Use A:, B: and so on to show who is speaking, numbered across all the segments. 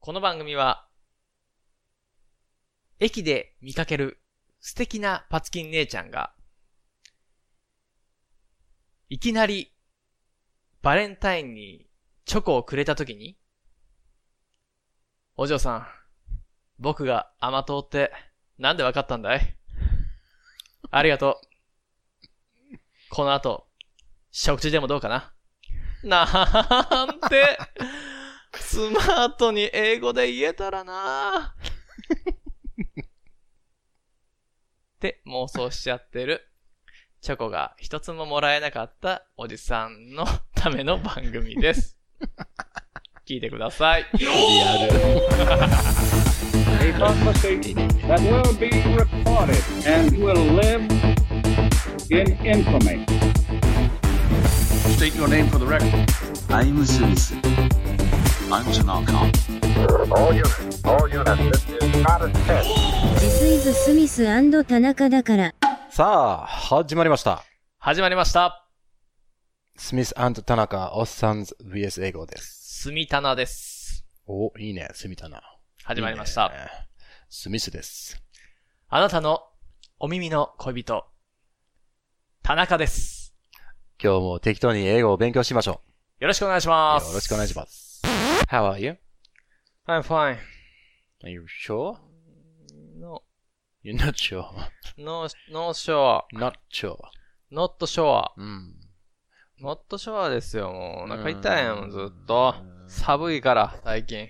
A: この番組は、駅で見かける素敵なパツキン姉ちゃんが、いきなりバレンタインにチョコをくれたときに、お嬢さん、僕が甘党ってなんでわかったんだいありがとう。この後、食事でもどうかななんて、スマートに英語で言えたらなぁ。って妄想しちゃってる、チョコが一つももらえなかったおじさんのための番組です。聞いてください。
B: a prophecy that will be recorded and will live in infamy.
C: State your name for the record.
D: I'm a citizen. I'm Tanaka.
E: All units, all units, this is not a test.
F: This is スミス田中だから。
G: さあ、始まりました。
A: 始まりました。
G: スミス田中、おっさん VS 英語です。
A: すみたなです。
G: お、いいね、スミタナ。
A: 始まりました。
G: いいね。スミスです。
A: あなたのお耳の恋人、田中です。
G: 今日も適当に英語を勉強しましょ
A: よろしくお願いし
G: う。
A: ます。
G: よろしくお願いし
A: ま
G: ます。How are you?
A: す。I'm fine.
G: Are you sure?
A: No,
G: You're not sure.
A: no, no sure.
G: Not sure.
A: Not sure.
G: うん。
A: ノットシャワーですよ、もう。お腹痛いもん、ずっと。寒いから、最近。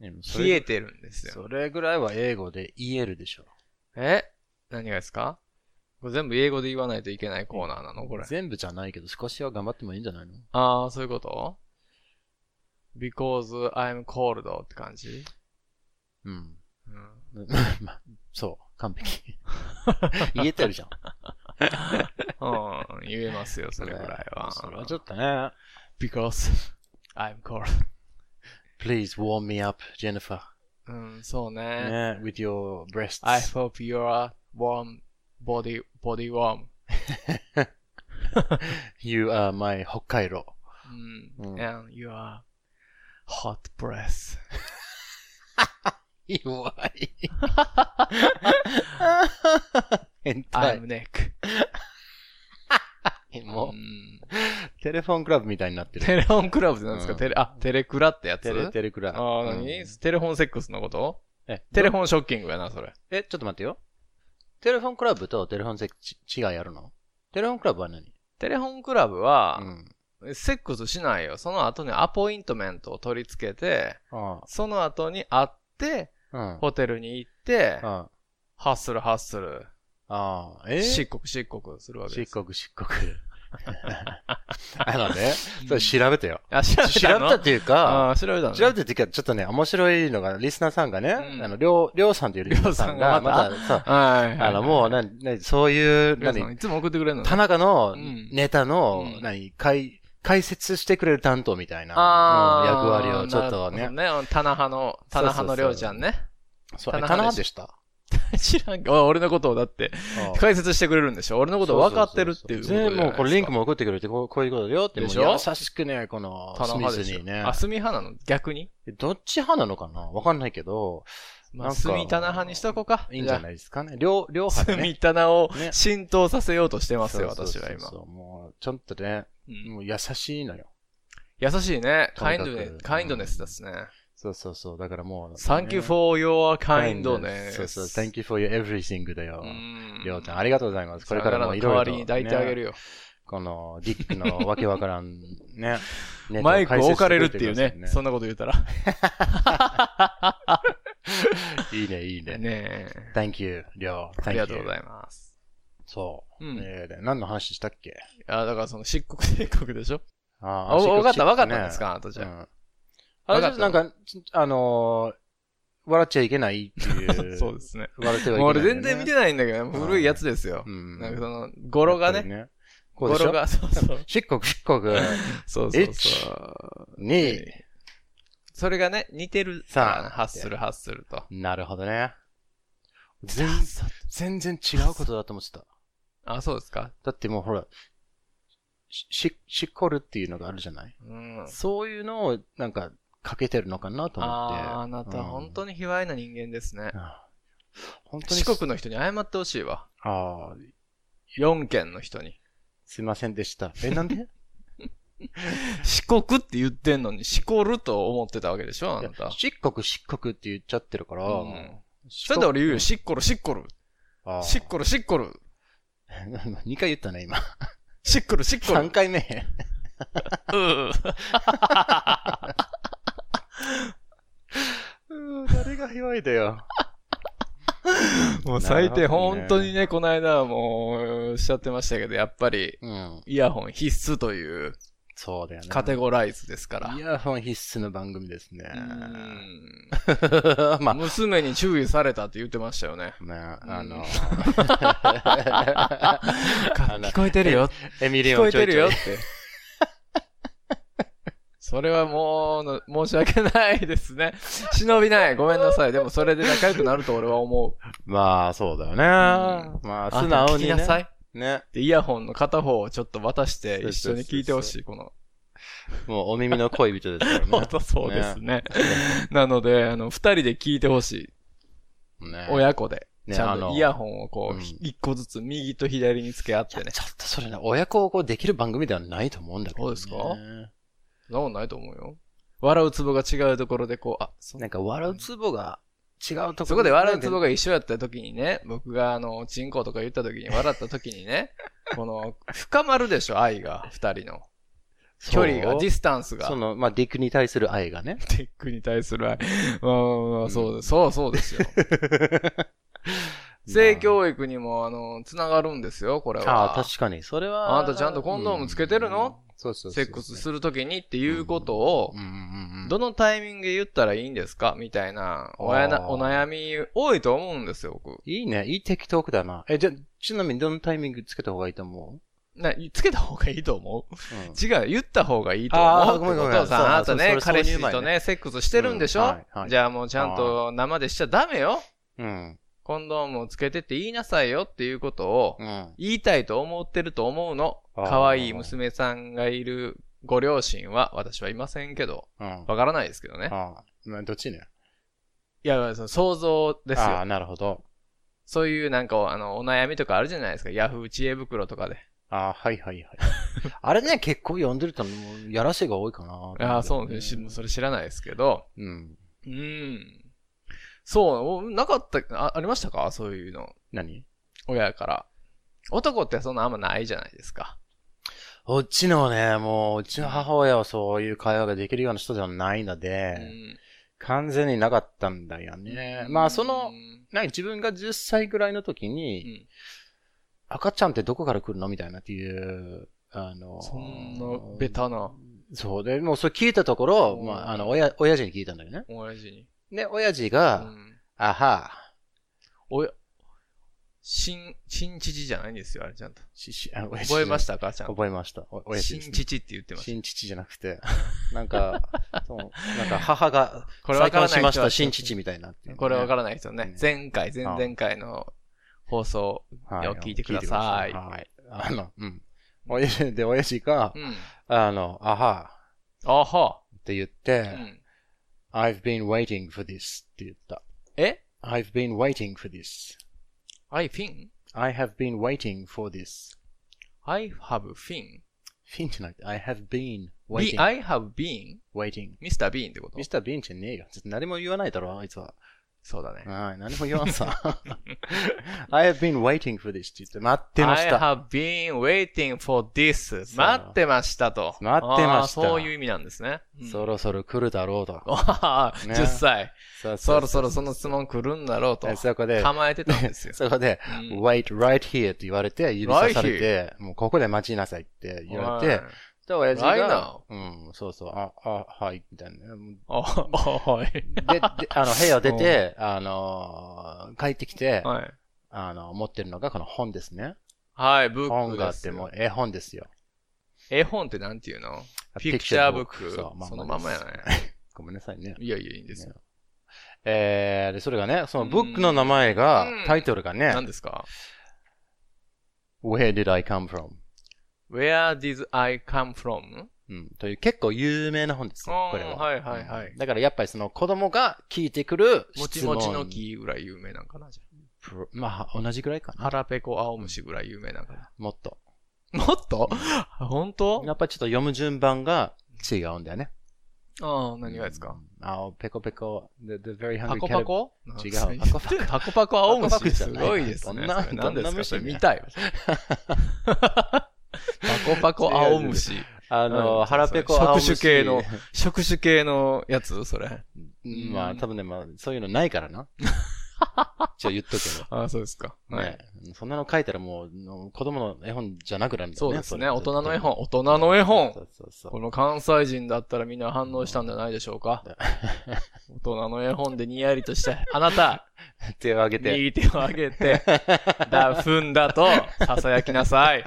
G: でもそ
A: 冷え
G: れ
A: てるんですよ。
G: それぐらいは英語で言えるでしょ。
A: え何がですかこれ全部英語で言わないといけないコーナーなのこれ。
G: 全部じゃないけど、少しは頑張ってもいいんじゃないの
A: あー、そういうこと ?because I'm cold って感じ
G: うん。
A: う ん。
G: まあ、そう、完璧。言えてるじゃん。
A: うん、言えます よ、それぐらいは。
G: それはちょっとね。
A: because I'm cold.
G: Please warm me up, Jennifer.
A: うん、そうね。
G: ね、with your breasts.
A: I hope you are warm, body, body warm.
G: you are my 北海 道。
A: う、
G: うんん
A: and you are hot breath.
G: 弱 い。変態
A: I'm。neck.
G: も
A: う
G: う、
A: ん
G: テレフォンクラブみたいにな ってる。
A: テレホンクラブって何ですか、
G: うん
A: テレ、あ、テレクラってやつ
G: テレ、テレクラブ。
A: ああ、
G: うん
A: 何、テレフォンセックスのこと
G: え、
A: テ
G: テ
A: レ
G: レ
A: フォンショッキングやな、それ。
G: え、ちょっと待ってよ。テレフォンクラブとテレフォンセックスち違いあるのテレフォンクラブは何
A: テレフォンクラブは
G: う、ん。
A: セックスしないよ。その後にアポイントメントを取り付けて、
G: あ
A: その後に会って、
G: あ。うん。
A: ホテルに行って、
G: あ
A: ハッスルハッスル、
G: あ。え
A: 漆黒漆黒するわけで
G: 漆
A: す。
G: 黒漆黒。 あのね、それ調べてよ。
A: あ、調べ
G: 調べ
A: たの
G: たっていうか、
A: あー調べたの
G: 調べてる時はちょっとね、面白いのが、リスナーさんがね、
A: うん
G: あの、りょう、りょうさんというリスナーさんが、
A: りょう
G: ま
A: さんがま
G: たさ、
A: はいはいはい。
G: あの、もう、なに、なに、そういう、
A: りょ
G: な
A: うさん、
G: に、
A: いつも送ってくれるのね
G: 田中の
A: うん
G: ネタの
A: う、ん
G: なに、解、解説してくれる担当みたいな、うん役割をちょっ
A: な
G: と
A: る
G: ね
A: ほ。どね、棚派の、棚派のりょうちゃんね。
G: そう、
A: 田中
G: 田中でした。
A: 知らんけど、お俺のことをだって、解説してくれるんでしょ俺のこと分かってるっていうことじゃない
G: 全
A: です
G: 部
A: か。
G: もうこれリンクも送ってくれて、こうこういうことだよって、もう
A: でしょ
G: 優しくね、この、
A: 田
G: ス
A: 中
G: ミ
A: で
G: ス
A: しょ
G: にね
A: あ、。スミ派なの逆に
G: どっち派なのかなわかんないけど、
A: ま
G: な
A: あ、
G: んか
A: スミ棚派にしとこうか。
G: いいんじゃ
A: い
G: ないですかね。両、両派
A: ス
G: でね。
A: ミ棚を
G: ね
A: 浸透させようとしてますよ、
G: そう
A: 私
G: そう
A: は
G: そう
A: 今
G: そう。もう、ちょっとね、
A: うん
G: もう優しいのよ。
A: 優しいね。
G: と
A: カイ
G: に
A: ン
G: か
A: ド
G: く
A: ネ
G: うん
A: ス、カインドネスですね。
G: そうそうそう。だからもう、
A: Thank you
G: ね
A: for your kindness.
G: そうそう。Thank you for your everything だよ。
A: うん
G: りょうちゃん、ありがとうございます。これからもいろいろ。
A: さよならの代わりに抱いてあげる
G: よ。
A: よ。
G: この、ディックのわけわからん、 ね。ネタを
A: マイクを置かれるっていうね。
G: 解説して
A: そ
G: く
A: んなこと言うたら。
G: ださいねいいね、いい ね。
A: ねえ。
G: Thank you, りょう。
A: ありがとうござ
G: ます。
A: います。
G: そう。
A: うん
G: えーで何の話したっけ
A: あ、だからその漆黒漆黒でしょ
G: あ
A: あ、おわかった、わかっ
G: ね
A: たんですかあなたじ
G: う
A: ゃあ。
G: ん。あれちょっとなんか、ちあのー、笑っちゃいけないっていう。
A: そうですね。
G: 笑ってはいけない、
A: もう俺全然見て
G: ない。
A: ないんだけどね、古いやつですよ
G: う。ん。
A: なんかその、語呂が
G: やっぱ
A: ね、
G: りね。こ
A: 語
G: うでし
A: 呂
G: ょ
A: が、そうそう。
G: 漆黒漆黒。
A: そうそうそう。
G: に、
A: それがね、似てる
G: さあ
A: からねハッスルハッスルと。
G: なるほどね。全全然違うことだと思ってた。
A: あ、そうですか。
G: だってもうほら、し、ししこるっていうのがあるじゃない
A: うん。
G: そういうのを、なんか、かけてるのかなと思って。
A: あーあなた、本当
G: に。
A: に卑猥な人間ですね。
G: 本当に
A: 四国の人に謝ってほしいわ。
G: ああ、
A: 四県の人に。
G: すいませんでした。え、なんで
A: 四国って言ってんのに、しこると思ってたわけでしょ、あな
G: いや
A: た。
G: 漆黒、漆黒って言っちゃってるから。
A: うんそれで俺言うよ、
G: 漆
A: しっこるしっこる。
G: 黒、
A: しっ こるしっこる。
G: 2回言ったね、今。
A: しっこるしっこ
G: 3
A: る。
G: 回目。
A: うん。
G: 誰が弱いだよ。
A: もう最低、
G: なるほどね
A: 本当にね、この間はもう、おっしゃってましたけど、やっぱり、
G: うん。
A: イヤホン必須という
G: そうだよね。
A: カテゴライズですから。
G: イヤホン必須の番組ですね。
A: うーん
G: まあ、
A: 娘に注意されたって言ってましたよ ね。
G: まあ、あの、あの
A: 聞こえてるよ。
G: エミリ
A: 聞
G: オ
A: こ
G: ン
A: え
G: ちょ
A: て
G: い
A: る
G: ちょ
A: よっ。
G: い
A: て。それはもう の、申し訳ないですね。忍びない。ごめんなさい。でもそれで仲良くなると俺は思う。
G: まあ、そうだよね。ま あ、素
A: あ
G: 直
A: 聞
G: に
A: きなさ
G: ね。
A: い。
G: ね。
A: で、イヤホンの片方をちょっと渡して
G: そう
A: 一
G: そうそうそう
A: 緒に聞いてほしい。この。
G: もう、お耳の恋人ですからね。
A: 本当 そうですね。なので、あの、二人で聞いてほしい。
G: ね。
A: 親子で。
G: ね
A: ちゃ
G: あ
A: んと
G: の
A: イヤホンをこ
G: う
A: う、
G: ん
A: 一個ずつ右と左に付け合ってね。
G: ちょっとそれね、親子をこうできる番組ではないと思うんだけど、ね。
A: そうそんなもんないと思うよ。笑うツボが違うところでこう、あ、そ
G: なんか、笑うツボが違うとこ ろ
A: そこで笑うツボが一緒やった時にね、僕があの、チンコとか言った時に笑った時に ね、この、深まるでしょ、愛が、二人の。距離が、ディ
G: ス
A: スタンスが
G: そ。の、まあ、ディックに対する愛が ね。
A: テックに対する愛。まあまあまあそうです。そうそう ですよ。性教育にも、あの、つながるんですよ、これ
G: ああ、
A: は。
G: 確かに。それは。
A: あなたちゃんとコンドームつけてるの
G: うんそうそうそうそう。
A: セックスするときにっていうことを
G: うん、うんうん。
A: どのタイミングで言ったらいいんですかみたいな、おや
G: あー
A: な、お悩み多いと思うんですよ、僕。
G: いいね。いいテキトークだな。え、じゃ、ちなみにどのタイミングつけた方がいいと思
A: な、つけた方がいいと思う
G: う、うん
A: 違う、言った方がいいと思
G: あー
A: う。
G: ごめんごめん
A: ってことは
G: そう
A: さ、あなた
G: そ
A: ね
G: れ、それ
A: 彼氏
G: そういう
A: と
G: 場合
A: ね、セックスしてるんでしょ、
G: うんはいはい
A: じゃあもうちゃんと生でしちゃダメよ
G: うん。
A: コンドームをつけてって言いなさいよっていうことを
G: うん。
A: 言いたいと思ってると思うの。
G: あー
A: 可愛い娘さんがいるご両親は私はいませんけど、
G: う
A: わ
G: ん。
A: からないですけどね。
G: ああ。まあどっちね。
A: いや、その想像です
G: あ
A: よ。
G: あ、なるほど。
A: そういうなんか、あの、お悩みとかあるじゃないですか。ヤフー知恵袋とかで。
G: ああ、はいはい はい。あれね、結構読んでると、もう、やらせが多いかな。
A: ああ、そうね。しもうそれ知らないですけど。
G: うん。
A: うーん。そう、おなかった、あありましたかそういうの。
G: 何
A: 親から。男ってそんなあんまないじゃないですか。
G: うちのね、もう、うちの母親はそういう会話ができるような人ではないので、
A: うん
G: 完全になかったんだよね。まあ、その
A: う、ん
G: なんか自分が10歳ぐらいの時に、
A: うん
G: 赤ちゃんってどこから来るのみたいなっていう、あの、
A: そんなベタな
G: そうで、もうそれ聞いたところ、
A: うん
G: まあ、あの、親、親父に聞いたんだよね。
A: 親父に。
G: で、親父
A: う
G: が、
A: ん。
G: あは、
A: おや、新、新父じゃないんですよ、あれちゃんと。
G: ししあ親父。
A: 覚えましたたかちゃんと。
G: 覚えました。お親父
A: 新
G: ですね、
A: 父って言ってました。
G: 新父じゃなくて、な んか、そうなんか母が、
A: これわからない人は
G: 再婚しました、新父みたいなっていうね、
A: これわからないですよね
G: ね。
A: 前回、前
G: ああ
A: 々回の放送。
G: はい
A: よ聞いてください
G: 聞てくださいはい。あの、うん。親父で、親父が
A: う、ん。
G: あの、あは、
A: あは。
G: って言
A: う
G: って、
A: ん。
G: I've been waiting for this って言った。
A: え
G: I've been waiting for this.
A: ?I fin?
G: I have been waiting for this.
A: I have fin?
G: フィンじゃなくて、I have been
A: B,
G: waiting.
A: I have been?
G: waiting.
A: Mr. Bean ってこと
G: Mr. Bean じゃねえよ。ちょっと何も言わないだろ、あいつは。
A: そうだね。
G: はい、何も言わんさ。I have been waiting for this って言って、待ってまし
A: I
G: た。
A: have been waiting for this.
G: そう
A: 待ってましたと。
G: 待ってました
A: あーそういう意味なんですね。うん
G: そろそろ来るだろうと。
A: あー
G: ね
A: 10歳。
G: そう
A: そうろそろその質問来るんだろうと。
G: えそこで、。
A: 構えてたんですよ
G: そこで、
A: うん
G: wait right here って言われて、指さされて、もうここで待ちなさいって言われて、で、親父が、うん、そうそう、あ、あ、はい、みたいな。
A: おい。おい。
G: で、であの、部屋を出て、あのー帰ってきて、
A: はい。
G: あの、持ってるのがこの本ですね。
A: はい、ブッ
G: 本
A: ク
G: があ
A: で
G: って
A: す
G: もう
A: よ。
G: 絵本ですよ。
A: 絵本ってなんていうのピクチャーブック
G: Picture book そう
A: そのまんまやね
G: ですごめんなさいね。
A: いやいや、いいんですよ。
G: えー、で、それがね、そのブックの名前が
A: うん、
G: タイトルがね、
A: 何ですか
G: Where did I come from?
A: ?Where did I come from?
G: うん。という結構有名な本ですよ、これは。
A: あーはいはいはい
G: うんだからやっぱりその子供が聞いてくる
A: もち
G: 質問。
A: もちの。木ぐらい有名なんかな、じゃ
G: まあ、同じくらいか
A: あ。
G: な。
A: 腹ペコ青虫ぐらい有名なんかな。
G: もっと。
A: もっと本当
G: やっぱりちょっと読む順番が違うんだよね。
A: ああ、何がですか
G: うんあーペコペコ、the, the very
A: パ
G: hungry
A: コパ
G: cat.
A: コ
G: 違 う
A: 何言ってんのパコパコ青
G: パコパコ
A: 虫
G: じゃ
A: す
G: ない
A: ごいですね。
G: どんな
A: それ
G: どんな
A: 何ですか
G: 虫
A: それ見たいわ。パコパコ青虫。
G: あの、
A: うん
G: 腹ペコ
A: それ
G: 青虫
A: 触手系の。 触手系のやつそれ。
G: うんまあ、多分ね、まあ、そういうのないか らな。じゃ言っとけよ。
A: ああ、そうですか。は
G: ね
A: い。、
G: そんなの書いたらもうの、子供の絵本じゃなくなるんだよ
A: そう
G: ね。
A: です
G: れ
A: ね。大人の絵本。。大人の絵
G: そ
A: 本。
G: うそうそう
A: この関西人だったらみんな反応したんじゃないでしょう か。大人の絵本でにやりとして、あなた、
G: 手を挙げて。
A: 右手を上げ て、だ、踏んだと、囁きな さい。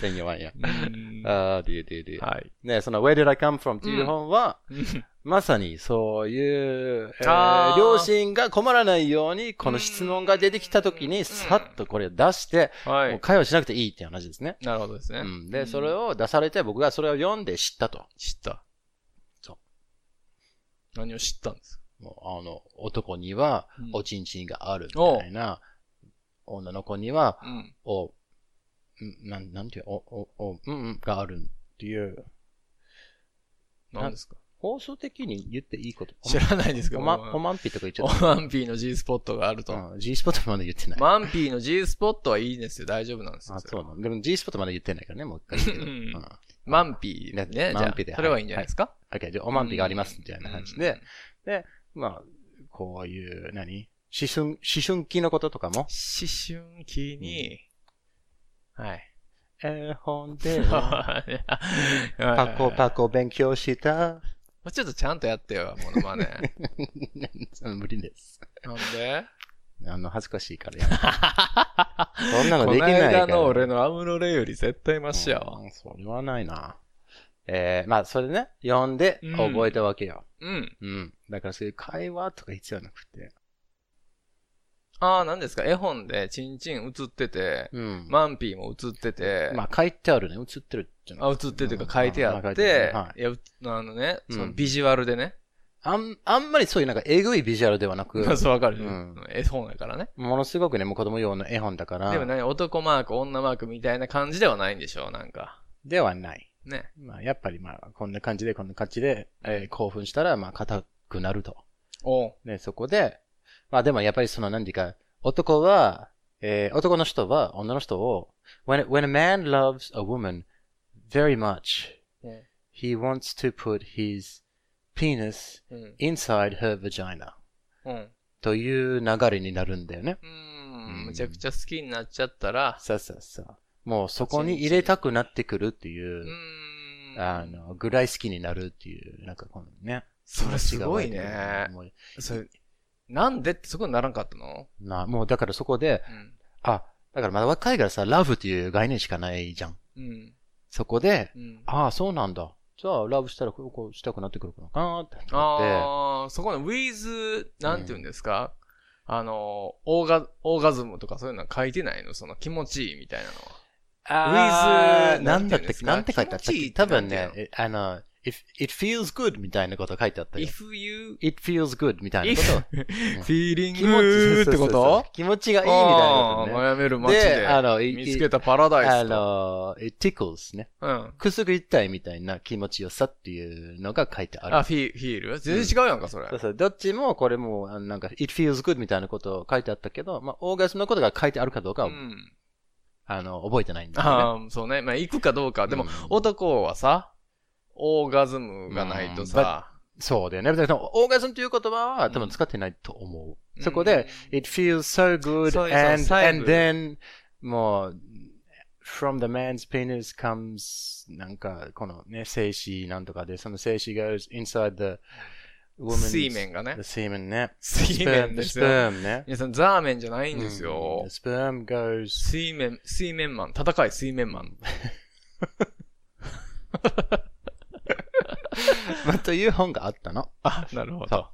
G: てんやわんや。
A: うん
G: ああ、ででで。
A: はい。
G: ね、その Where did I come from っていう本は、
A: うん
G: まさにそういう、えー
A: あー
G: 両親が困らないように、この質問が出てきた時
A: う
G: に、
A: ん
G: さっとこれを出して、
A: は
G: もう
A: い。
G: 会話しなくていいっていう話ですね。
A: なるほどですね
G: う。ん、で、それを出されて、僕がそれを読んで知ったと。
A: 知った。
G: そう
A: 何を知ったんですか
G: もうあの、男には
A: うん、
G: おちんちんがあるみたいな、女の子には、
A: うん。
G: お、んなん、なんていう、お、お、お、うん、うん、があるっていう、
A: 何ですか
G: 放送的に言っていいこと。
A: 知らないですけど。
G: おま、おまんぴとか言っちゃ
A: お
G: っ
A: マンピーの G スポットがあると。
G: た。うん G スポットまで言ってない。
A: マンピーの G スポットはいいんですよ。大丈夫なんですよ。
G: あ、
A: それ
G: そ
A: は
G: うなの。でも G スポットまで言ってないからね、もう一回言うけど。
A: う
G: うんん。
A: マンピーね。じゃ
G: マ
A: あ
G: ンピーで、
A: それはいいんじゃないですか
G: OK、じゃあおまんぴがありますみたいな感じで、
A: うん
G: まあ、こういう、何思春、思春期のこととかも、
A: 思春期に、はい。、
G: 絵本 で
A: パ
G: パコパコ勉強 した。
A: コ。ちょっとちゃんとやってよ、モノマネ。
G: 無理です。
A: なんで
G: あの、恥ずかしいからやめて そんなのできない
A: この間
G: から。
A: の俺のアムロレより絶対マシやわ。
G: うんそれはないな。えー、まあ、それね、読んで
A: うん
G: 覚えたわけよ。
A: うん。
G: うん。だからそういう会話とか必要なくて。
A: ああ、なんですか絵本でチンチン映ってて、
G: うん。ま
A: マンピーも映ってて、
G: あ、書いてあるね。映ってるじゃな
A: あ、
G: い
A: 映ってるというか書いてあ
G: うん書
A: っ
G: いて
A: て、
G: あるはい
A: や、うあのね、
G: うん
A: そのビジュアルでね。、
G: あん、あんまりそういうなんかえぐいビジュアルではなく
A: そうわかる、
G: うん
A: 絵本やからね。
G: ものすごくね、もう子供用の絵本だから、
A: でも何、男マーク、女マークみたいな感じではないんでしょう、なんか。
G: ではない。
A: ね。
G: まあ、やっぱりまあ、こんな感じで、こんな感じで、えー興奮したら、まあ、硬くなると。
A: おう
G: ね、そこで、まあでもやっぱりその何ていうか、男は、えー男の人は女の人を、when, when a man loves a woman very much,
A: ね
G: he wants to put his penis
A: うん。
G: inside her vagina
A: うん。
G: という流れになるんだよね。
A: うー
G: うん
A: ん。むちゃくちゃ好きになっちゃったら、
G: さあさあさあ。もうそこに入れたくなってくるって
A: う
G: いう、
A: ーん。
G: あ、の、ぐらい好きになるっていう、なんかこのね。
A: それすごい
G: 気持ちが湧い
A: ね
G: てくる。もう
A: それ、なんでってそこにならんかったの
G: な、もうだからそこで、
A: うん。
G: あ、だからまだ若いからさ、ラブっていう概念しかないじゃん。
A: うん。
G: そこで、
A: うん。
G: ああ、そうなんだ。じゃあ、ラブしたら、こうこうしたくなってくるのかなって思っ
A: ああ、そこのウィズ、なんて言うんですか、あの、オーガ、オーガズムとかそういうのは書いてないのその気持ちいいみたいなのは。
G: て。
A: あー
G: ウィズ、なんだったっけ、な
A: なんん
G: て
A: て書
G: 書
A: いてあ
G: いてあっ
A: ったた
G: っ
A: っ
G: け
A: け
G: 多分ね
A: 気持ち、
G: えあの、it, it feels good みたいなこと書いてあったよ。
A: if you,
G: it feels good みたいな
A: if,
G: こと。
A: feeling
G: 気持ち
A: good ってこ
G: そうそうそう
A: と
G: 気持ちがいいみたい
A: ああ
G: なことね。
A: 悩める街
G: で
A: で
G: あのい
A: 見つけたパラダ
G: あ
A: イスと。
G: の、it tickles ね。
A: うん。
G: くすぐりたいみたいな気持ちよさっていうのが書いてある。
A: あ、フィフィール全然違うやんか、それ
G: そう。そう。どっちもこれも、あのなんか、it feels good みたいなこと書いてあったけど、まあ、オーガスのことが書いてあるかどうか
A: う
G: は、
A: ん。
G: あの、覚えてないんだよね。
A: ああ、そうね。まあ、行くかどうか。でも
G: うん、
A: 男はさ、オーガズムがないとさ、
G: そうだよね。だからオーガズムという言葉は多分使ってないと思う。そこで、it feels so
A: そう
G: good
A: そう
G: and,
A: 細部
G: and then, もう、from the man's penis comes, なんか、このね、精子なんとかで、その精子 goes inside the woman's,
A: 水面がね
G: the。semen ね。
A: 水面ですよ
G: sperm, sperm ね。
A: 皆さん、ザーメンじゃない
G: い
A: んですよ。
G: the sperm goes,
A: 水面、水面マン、戦い水面マン。
G: まあ、という本があったの。
A: あ、 なるほ
G: そう
A: ど。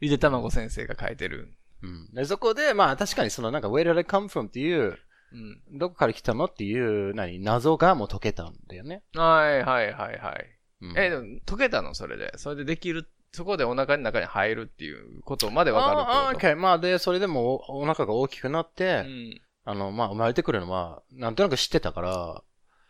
A: ゆでたまご先生が書いてる。
G: うん、でそこで、まあ確かにそのなんか、where did I come from っていう
A: うん。
G: どこから来たのっていう、何、謎がもう解けたんだよね。
A: はいはいはいはい。
G: うん
A: え、でも溶けたのそれで。それでできる、そこでお腹の中に入るっていうことまでわかる
G: あーあ
A: って
G: ー、
A: こと
G: OK。まあ、で、それでもおお腹が大きくなって、
A: うん、
G: あの、まあ、生まれてくるのは、なんとなく知ってたから。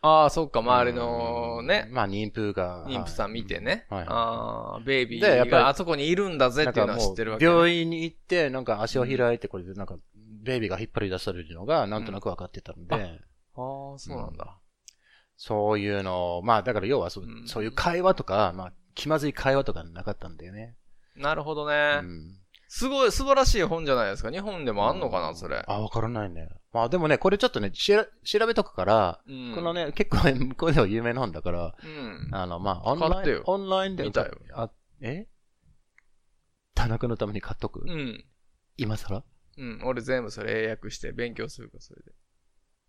A: ああ、そっか、周りの
G: う
A: ね
G: ん、まあ、妊婦が。
A: 妊婦さん見てね。
G: はいはい
A: ああ、ベイビ
G: でや
A: ー
G: っぱり
A: があそこにいるんだぜっていうのは知ってるわけ、ね。
G: 病院に行って、なんか足を開いて、これでなんか、ベイビーが引っ張り出されるのが、なんとなく分かってたので、
A: うんああ、そうなんだ。
G: そういうのを、まあ、だから要はそう、
A: うん
G: そういう会話とか、まあ、気まずい会話とかなかったんだよね。
A: なるほどね、
G: うん。
A: すごい、素晴らしい本じゃないですか。日本でもあんのかな、それ。
G: あ、わからないね。まあ、でもね、これちょっとね、しら調べとくから、
A: うん
G: このね、結構ね向こうでは有名な本だから、
A: うん。
G: あの、まあ、オン
A: 買っ
G: ラ
A: て
G: イ
A: よ
G: ン、オンラインで。
A: 見たよ
G: あ、え田中のために買っとく、
A: うん。
G: 今更
A: うん。俺全部それ英訳して勉強するから、それで。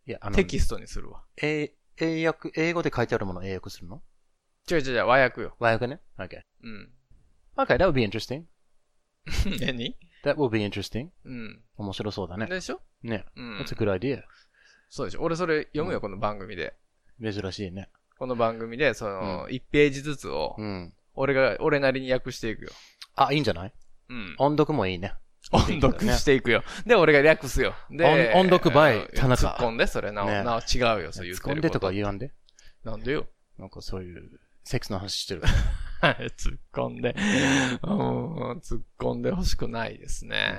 G: いや、あの、
A: テキストにするわ。
G: え英訳、英語で書いてあるものを英訳するの
A: 違う違う違う、和訳よ。
G: 和訳ね ?Okay.
A: うん
G: Okay, that would be interesting.
A: 何
G: That would be interesting.
A: うん。
G: 面白そうだね。
A: でしょ
G: ね。
A: うん。
G: That's a good idea.
A: そうでしょ。俺それ読むよ、
G: うん
A: この番組で。
G: 珍しいね。
A: この番組で、その、1ページずつを
G: う、ん。
A: 俺が、俺なりに訳していくよ。
G: あ、いいんじゃない
A: うん。
G: 音読もいいね。
A: 音読していくよ。で、俺が略すよ。で、
G: 音音読 by
A: あの
G: 田中
A: 突っ込んで、それなお、
G: ね
A: なお違うよ、そう言
G: 突
A: っ
G: って込ん
A: る
G: で
A: こと
G: か言わんで。
A: なんでよ。
G: なんかそういう、セックスの話してる。
A: 突っ込んで、うん、突っ込んで欲しくないですね。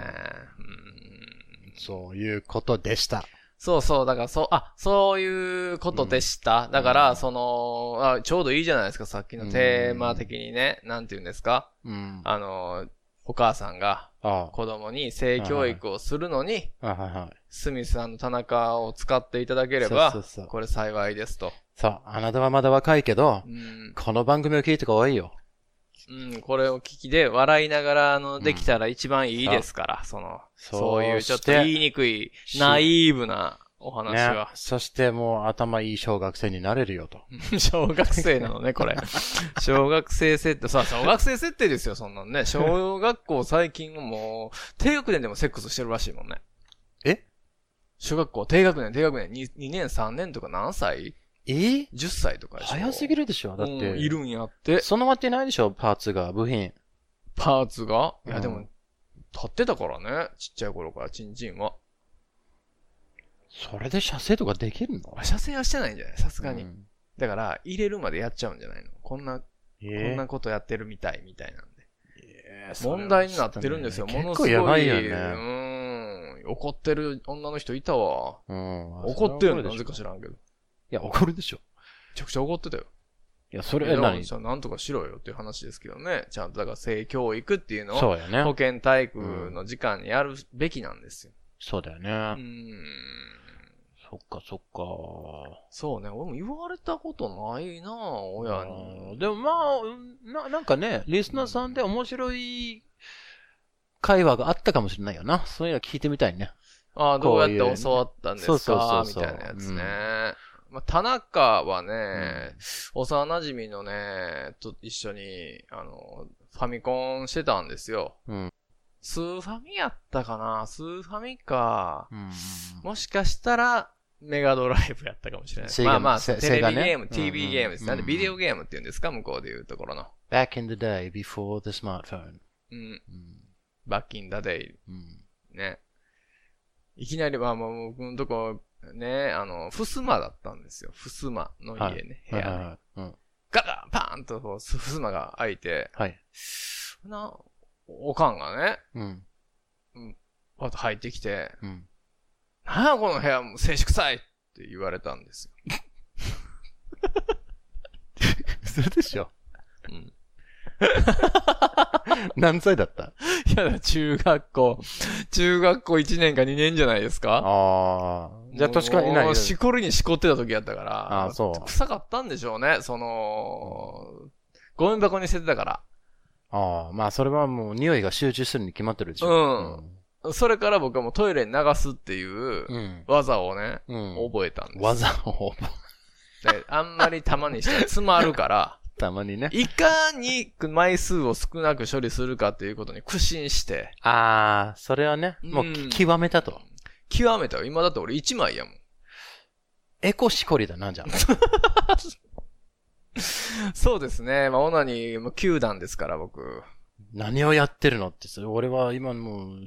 A: うん
G: そういうことでした。
A: そうそう、だからそう、あ、そういうことでした。だから、そのあ、ちょうどいいじゃないですか、さっきのテーマ的にね、なんて言うんですか。
G: うん。あ
A: あの、お母さんが
G: あ。
A: 子供に性教育をするのに、
G: あはいはい。
A: スミスさんの田中を使っていただければ
G: そうそうそう、
A: これ幸いですと。
G: そう、あなたはまだ若いけど
A: う、ん、
G: この番組を聞いた方がいいよ。
A: うん、これを聞きで笑いながら、あの、できたら一番いいですから、その、
G: そう
A: そういうちょっと
G: して
A: 言いにくい、ナイーブなお話
G: ね
A: は。。
G: そしてもう頭いい小学生になれるよと。
A: 小学生なのね、これ。小学生設定、さあ、小学生設定ですよ、そんなんね。小学校最近はもう、低学年でもセックスしてるらしいもんね。
G: え
A: 小学校、低学年、低学年、2, 2年、3年とか何歳
G: え
A: ?10 歳とかでしょ
G: 早すぎるでしょだって、
A: うんいるんやって。
G: そのわけないでしょパーツが、部品。
A: パーツが。いや、
G: うん
A: でも、立ってたからね。ちっちゃい頃から、チンチンは。
G: それで射精とかできるの
A: あ射精はしてないんじゃないさすがに。
G: うん
A: だから、入れるまでやっちゃうんじゃないのこんな、こん
G: え
A: なことやってるみたい、みたいなんで。
G: え
A: 問題になってるんですよ。ものす
G: 結
A: ご
G: 構
A: い。
G: やばいよ
A: う
G: ね。
A: ーん。怒ってる女の人いたわ。
G: うん
A: 怒ってるのなぜか
G: い
A: 知らんけど。め
G: や、怒るでしょ。
A: ちゃくちゃ怒ってたよ。
G: いや、そ
A: い
G: れ、
A: や
G: え何
A: じゃあなんとかしろよっていう話ですけどね。ちゃんと、だから性教育っていうのを、
G: そうや
A: 保
G: ね。
A: 健体育の時間にやるべきなんですよ。
G: そうだよ
A: う
G: ね。
A: ん。
G: そっか、そっか。
A: そうね。俺も言われたことないなぁ、親
G: あー
A: に。
G: でもまあうんな、なんかね、リスナーさんで面白い会話があったかもしれないよな。そういうの聞いてみたいね。
A: ああ、どうやって
G: こういう
A: 教わったんです
G: そうそう
A: かみ
G: そうそう
A: たいなやつね。まあ、田中はね、幼馴染のね、と一緒に、あの、ファミコンしてたんですよ。
G: うん
A: スーファミやったかなスーファミか。
G: うん
A: もしかしたら、メガドライブやったかもしれない。
G: セガ
A: まあまあ、
G: セ
A: テレ
G: セガ
A: ビ
G: ね
A: ゲーム、
G: うん
A: TV
G: うん
A: ゲームです。なんで、
G: うん
A: ビデオゲームって言うんですか向こうで言うところの。
G: Back in the day before the smartphone.
A: うん。
G: うん
A: バッキンダデイ
G: うん
A: ね。いきなり、まあまあ、僕のとこ、ね、あの、ふすまだったんですよ。ふすまの
G: は
A: 家
G: い
A: ね、
G: はい
A: 部屋ね。
G: はいうん
A: ガガンパーンとこう、ふすまが開いて、
G: はい。
A: な、おかんがね、
G: うん。
A: あと入ってきて、
G: うん。
A: なあ、この部屋もう静止臭いって言われたんですよ。
G: するでしょ。
A: うん。
G: 何歳だった
A: いやだ、中学校、中学校1年か2年じゃないですか
G: ああ。じゃあ、確かにいな
A: も
G: いよ
A: う。しこりにしこってた時やったから。
G: あーそう
A: 臭かったんでしょうね、その、ゴミ箱に捨ててたから。
G: ああ、まあ、それはもう匂いが集中するに決まってるでし
A: うん
G: ょ。
A: それから僕はもうトイレに流すっていう
G: うん。うん。
A: 技をね、
G: うん。
A: 覚えたんです。
G: 技を覚え
A: であんまり玉にして詰まるから、
G: たまにね。
A: いかに枚数を少なく処理するかということに苦心して、
G: ああ、それはね、も
A: う
G: うん極めたと。
A: 極めたよ。今だって俺1枚やもん。
G: エコしこりだな、じゃあ。
A: そうですね。まあ、オナニーも9段ですから、僕。
G: 何をやってるのって、それ俺は今もう、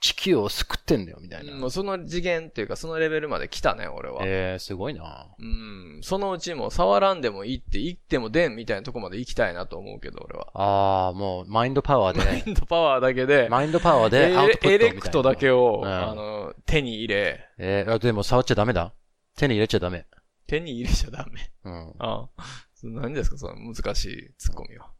G: 地球を救ってんだよ、みたいな。
A: もうその次元っていうか、そのレベルまで来たね、俺は。
G: えー、すごいな。
A: うん。そのうちもう触らんでもいいって、行っても出んみたいなとこまで行きたいなと思うけど、俺は。
G: ああ、もう、マインドパワー
A: マイ
G: で、
A: ンドパワーだけで、
G: マインドパワーでアウトプット
A: エ
G: みたいな
A: レエレクトだけを、
G: うん
A: あの、手に入れ、
G: えー、あでも触っちゃダメだ。手に入れちゃダメ。
A: 手に入れちゃダメ。
G: うん。
A: ああ。そ何ですか、その難しいツッコミは。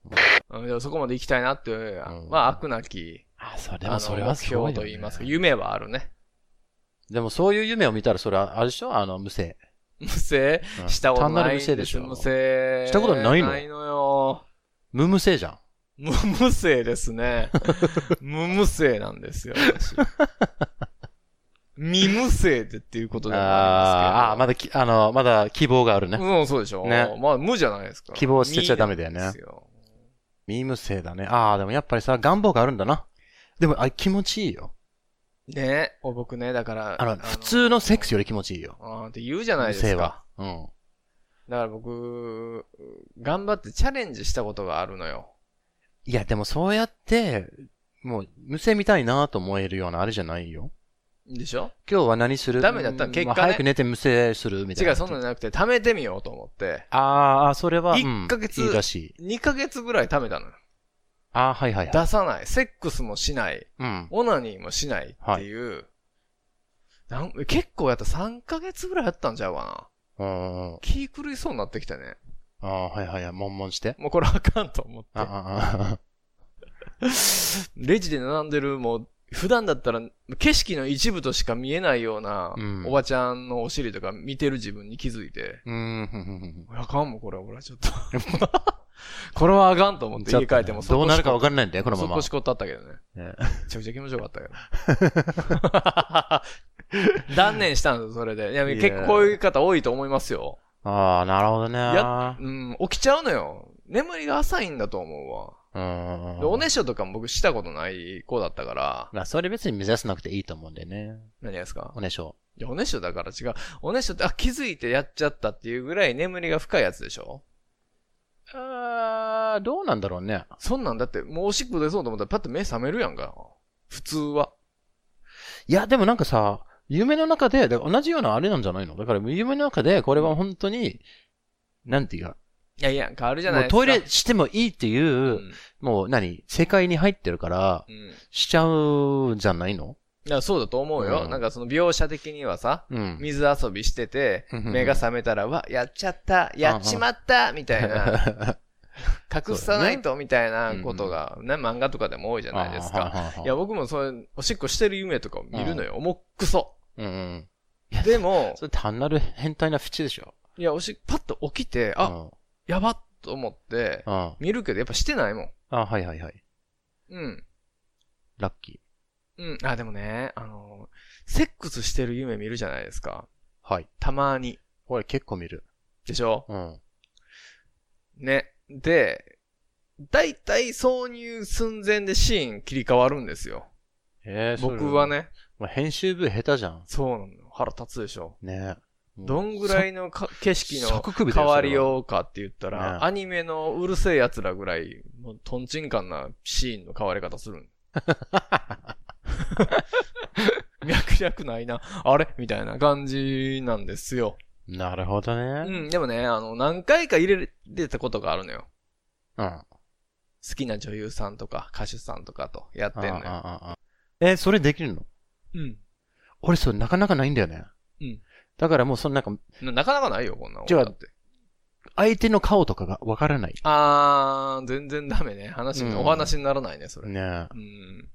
A: うん、でもそこまで行きたいなって、
G: ん
A: まあ、悪なき、
G: あ、それ
A: あの目標と言いますか、夢はあるね。
G: でもそういう夢を見たら、それは、あれでしょあの、無性。
A: 無声
G: うん
A: したこと
G: 単な
A: な
G: る
A: い
G: 無
A: ん
G: 性で
A: で
G: し
A: す
G: ょ
A: 無声
G: したことないの
A: ないのよ。
G: 無無性じゃん。
A: 無無声ですね。 無無声なんですよ、私。未無声でっていうことでも
G: あーあ
A: あ
G: ー、
A: るん
G: ま
A: で
G: だき、あの、まだ希望がある
A: すけ
G: ね。
A: ど。うん、そうでしょ。
G: ね
A: まあ、無じゃないですか。
G: 希望を捨てちゃダメだよね
A: 未ですよ
G: 未無性だね。ああ、でもやっぱりさ、願望があるんだな。でも、あ気持ちいいよ。
A: ねお僕ね、だから。
G: あの、普通のセックスより気持ちいいよ。
A: あーって言うじゃない
G: 無
A: です
G: 性
A: か。
G: は。うん。
A: だから僕、頑張ってチャレンジしたことがあるのよ。
G: いや、でもそうやって、もう、無性見たいなと思えるようなあれじゃないよ。
A: でしょ
G: 今日は何する
A: ダメだった
G: うん
A: 結果ね
G: まあ早く寝て無性するみたい
A: 違
G: な。
A: う、そんなんじゃなくて、貯めてみようと思って、
G: あーあー、それは、
A: 一ヶ月
G: うんいいらしい。
A: 2ヶ月ぐらい貯めたのよ。
G: ああ、はいはいはい。
A: 出さない。セックスもしない。
G: うん。
A: オナニーもしないっていう。なん結構やった。3ヶ月ぐらいやったんちゃうか
G: うんうん
A: な。気狂いそうになってきたね。
G: ああ、はいはいはい、もんもんして。
A: もうこれあかんと思っ
G: ああ
A: て。
G: ああ、
A: レジで並んでる、もう、普段だったら景色の一部としか見えないような
G: うん、
A: おばちゃんのお尻とか見てる自分に気づいて、
G: うん、ふんふんふん
A: あかんもん、これ、俺はちょ っと。これはあかんと思って家帰っても、
G: どうなるかわかんないんだよ、このま
A: そ
G: ま
A: こ。しこったったけどね。
G: ね
A: めちゃくちゃ気持ちよかったけど。 断念したんですよ、それで。いや、
G: いや
A: 結構こういう方多いと思いますよ。
G: ああ、なるほどね。
A: やうん、起きちゃうのよ。眠りが浅いんだと思うわ。
G: うん。
A: でおねしょとかも僕したことない子だったから、
G: まあ、それ別に目指さなくていいと思うんだよね。
A: 何がですか
G: おねしょ。
A: いやおねしょだから違う。おねしょって、あ、気づいてやっちゃったっていうぐらい眠りが深いやつでしょ
G: ああ、どうなんだろうね。
A: そんなんだって、もうおしっこ出そうと思ったらパッと目覚めるやんか。普通は。
G: いや、でもなんかさ、夢の中で、だから同じようなあれなんじゃないのだから夢の中で、これは本当に、なんていうか、
A: いやいや、変わるじゃな
G: も
A: いうですか。
G: トイレしてもいいっていう、
A: うん。
G: もう何世界に入ってるから、
A: うん。
G: しちゃうんじゃないの
A: いや、そうだと思うよ。
G: うん
A: なんかその描写的にはさ、
G: うん。
A: 水遊びしてて、
G: うんうんうん
A: 目が覚めたら、わ、やっちゃった、やっちまった、みたいな、 隠さないと、みたいなことが、ね、漫画とかでも多いじゃないですか。
G: か
A: いや、僕もそういう、おしっこしてる夢とかを見るのよ。重っくそ。
G: うんうん。
A: でも
G: そ、れ単なる変態な淵でしょ。
A: いや、おし、パッと起きて、あ、やばっと思って
G: う、ん、うん。
A: 見るけど、やっぱしてないもん。
G: あ、はいはいはい。
A: うん。
G: ラッキ
A: うん。あ、でもね、あの、セックスしてる夢見るじゃないですか。
G: ー。はい。
A: たまに。
G: これ結構見る。
A: でしょ
G: うん。
A: ね。で、だいたい挿入寸前でシーン切り替わるんですよ。
G: えーそれ
A: 僕は。ね。
G: もう編集部下手じゃん。
A: そうなのよ。腹立つでしょ。
G: ねえ。
A: どんぐらいのか景色
G: そ
A: の
G: 即
A: 変
G: 首だよそれは
A: わりようかって言ったら、
G: ね
A: アニメのうるせえ奴らぐらい、もうトンチンカンなシーンの変わり方するん。脈々ないな。あれみたいな感じなんですよ。
G: なるほど
A: う
G: ね。
A: ん、でもね、あの、何回か入れてたことがあるのよ。
G: うん。
A: 好きな女優さんとか歌手さんとかとやってんのよ。
G: ああああえーそれできるの
A: うん。
G: 俺、それなかなかないんだよね。
A: うん。
G: だからもう、そのなんか、
A: ななかなかないよ、こんなの
G: じゃあ
A: だって。
G: 相手の顔とかがわからない。
A: あー、全然ダメね。話に、
G: うん
A: お話にならないね、それ。
G: ね
A: うん。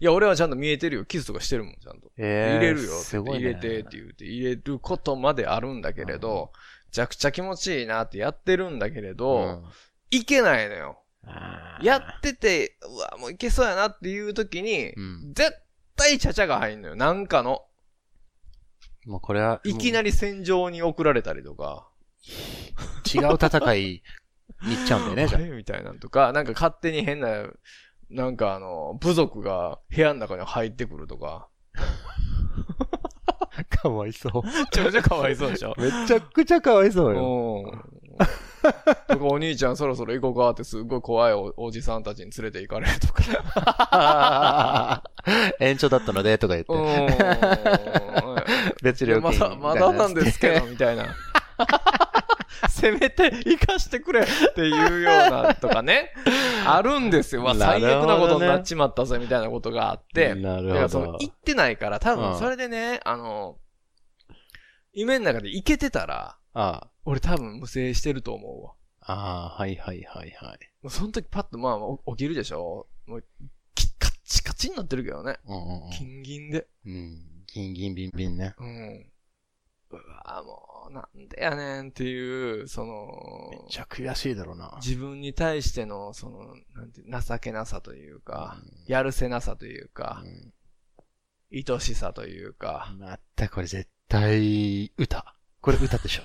A: いや、俺はちゃんと見えてるよ。キスとかしてるもん、ちゃんと。
G: え。えー
A: 入れるよ。
G: すごい、
A: 入
G: ね。
A: れてって言って、入れることまであるんだけれど、めちゃくちゃ気持ちいいなってやってるんだけれ
G: う
A: ど、
G: ん
A: いけないのよ。
G: あー
A: やってて、うわ、もういけそうやなっていう時に
G: う、ん。
A: 絶対ちゃちゃが入んのよ。なんかの。
G: もうこれは、
A: いきなり戦場に送られたりとか。
G: 違う戦いに行っちゃうん だよね、じ
A: あ
G: ゃ
A: れみたいなんとか、なんか勝手に変な、なんかあの、部族が部屋の中に入ってくるとか。
G: かわいそう。
H: めちゃくちゃかわいそうでしょ。
G: めちゃくちゃかわいそう よ。
A: うん。僕お兄ちゃんそろそろ行こうかってすごい怖いおおじさんたちに連れて行かれるとか。
G: 延長だったので、とか言っ
A: う
G: て。
A: ん。
G: 別料
A: ま
G: 金みたいな
A: だ、
G: やつ。
A: まだなんですけど、みたいな。
H: せめて生かしてくれ。
A: っていうようなとかね。あるんですよ。まあ、
G: なる
A: 最
G: ほどね
A: 悪なことになっちまったぜ、みたいなことがあって。だ
G: な
A: か
G: るほ
A: らその
G: ど。
A: 行ってないから、多
G: う
A: 分
G: ん
A: それでね、あの、夢の中で行けてたら、
G: あ
A: 俺多分無制してると思うわ。
G: あ、ああ、はいはいはいはい。
A: もうその時パッとまあお起きるでしょもう、きカッチカチになってるけどね。
G: うんうんうん
A: キンギンで。
G: うん。ギンギンビンビンね。
A: うん。うわもう、なんでやねんっていう、その
G: めっ、ちゃ悔しいだろうな。
A: 自分に対しての、その、なんて、情けなさというか、
G: うん
A: やるせなさというか
G: う、ん
A: 愛しさというか、
G: まったくこれ絶対、歌。これ歌でし ょ。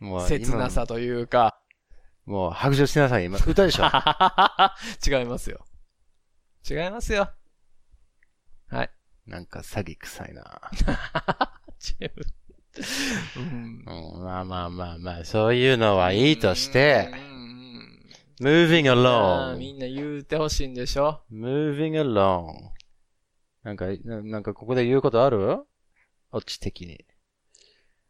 G: もう
A: 切なさというか、
G: 今もう白状しな さい、今。歌でしょ。
A: 違いますよ。違いますよ。
G: なんか詐欺臭いな。
A: 違う。うん
G: うん、まあまあまあまあ、そういうのはいいとして、
A: うんうんうん
G: moving
A: あーみ
G: along,
A: んな言うてほしいんでしょ
G: moving along. なんか、ななんかここで言うことあるオチ的に。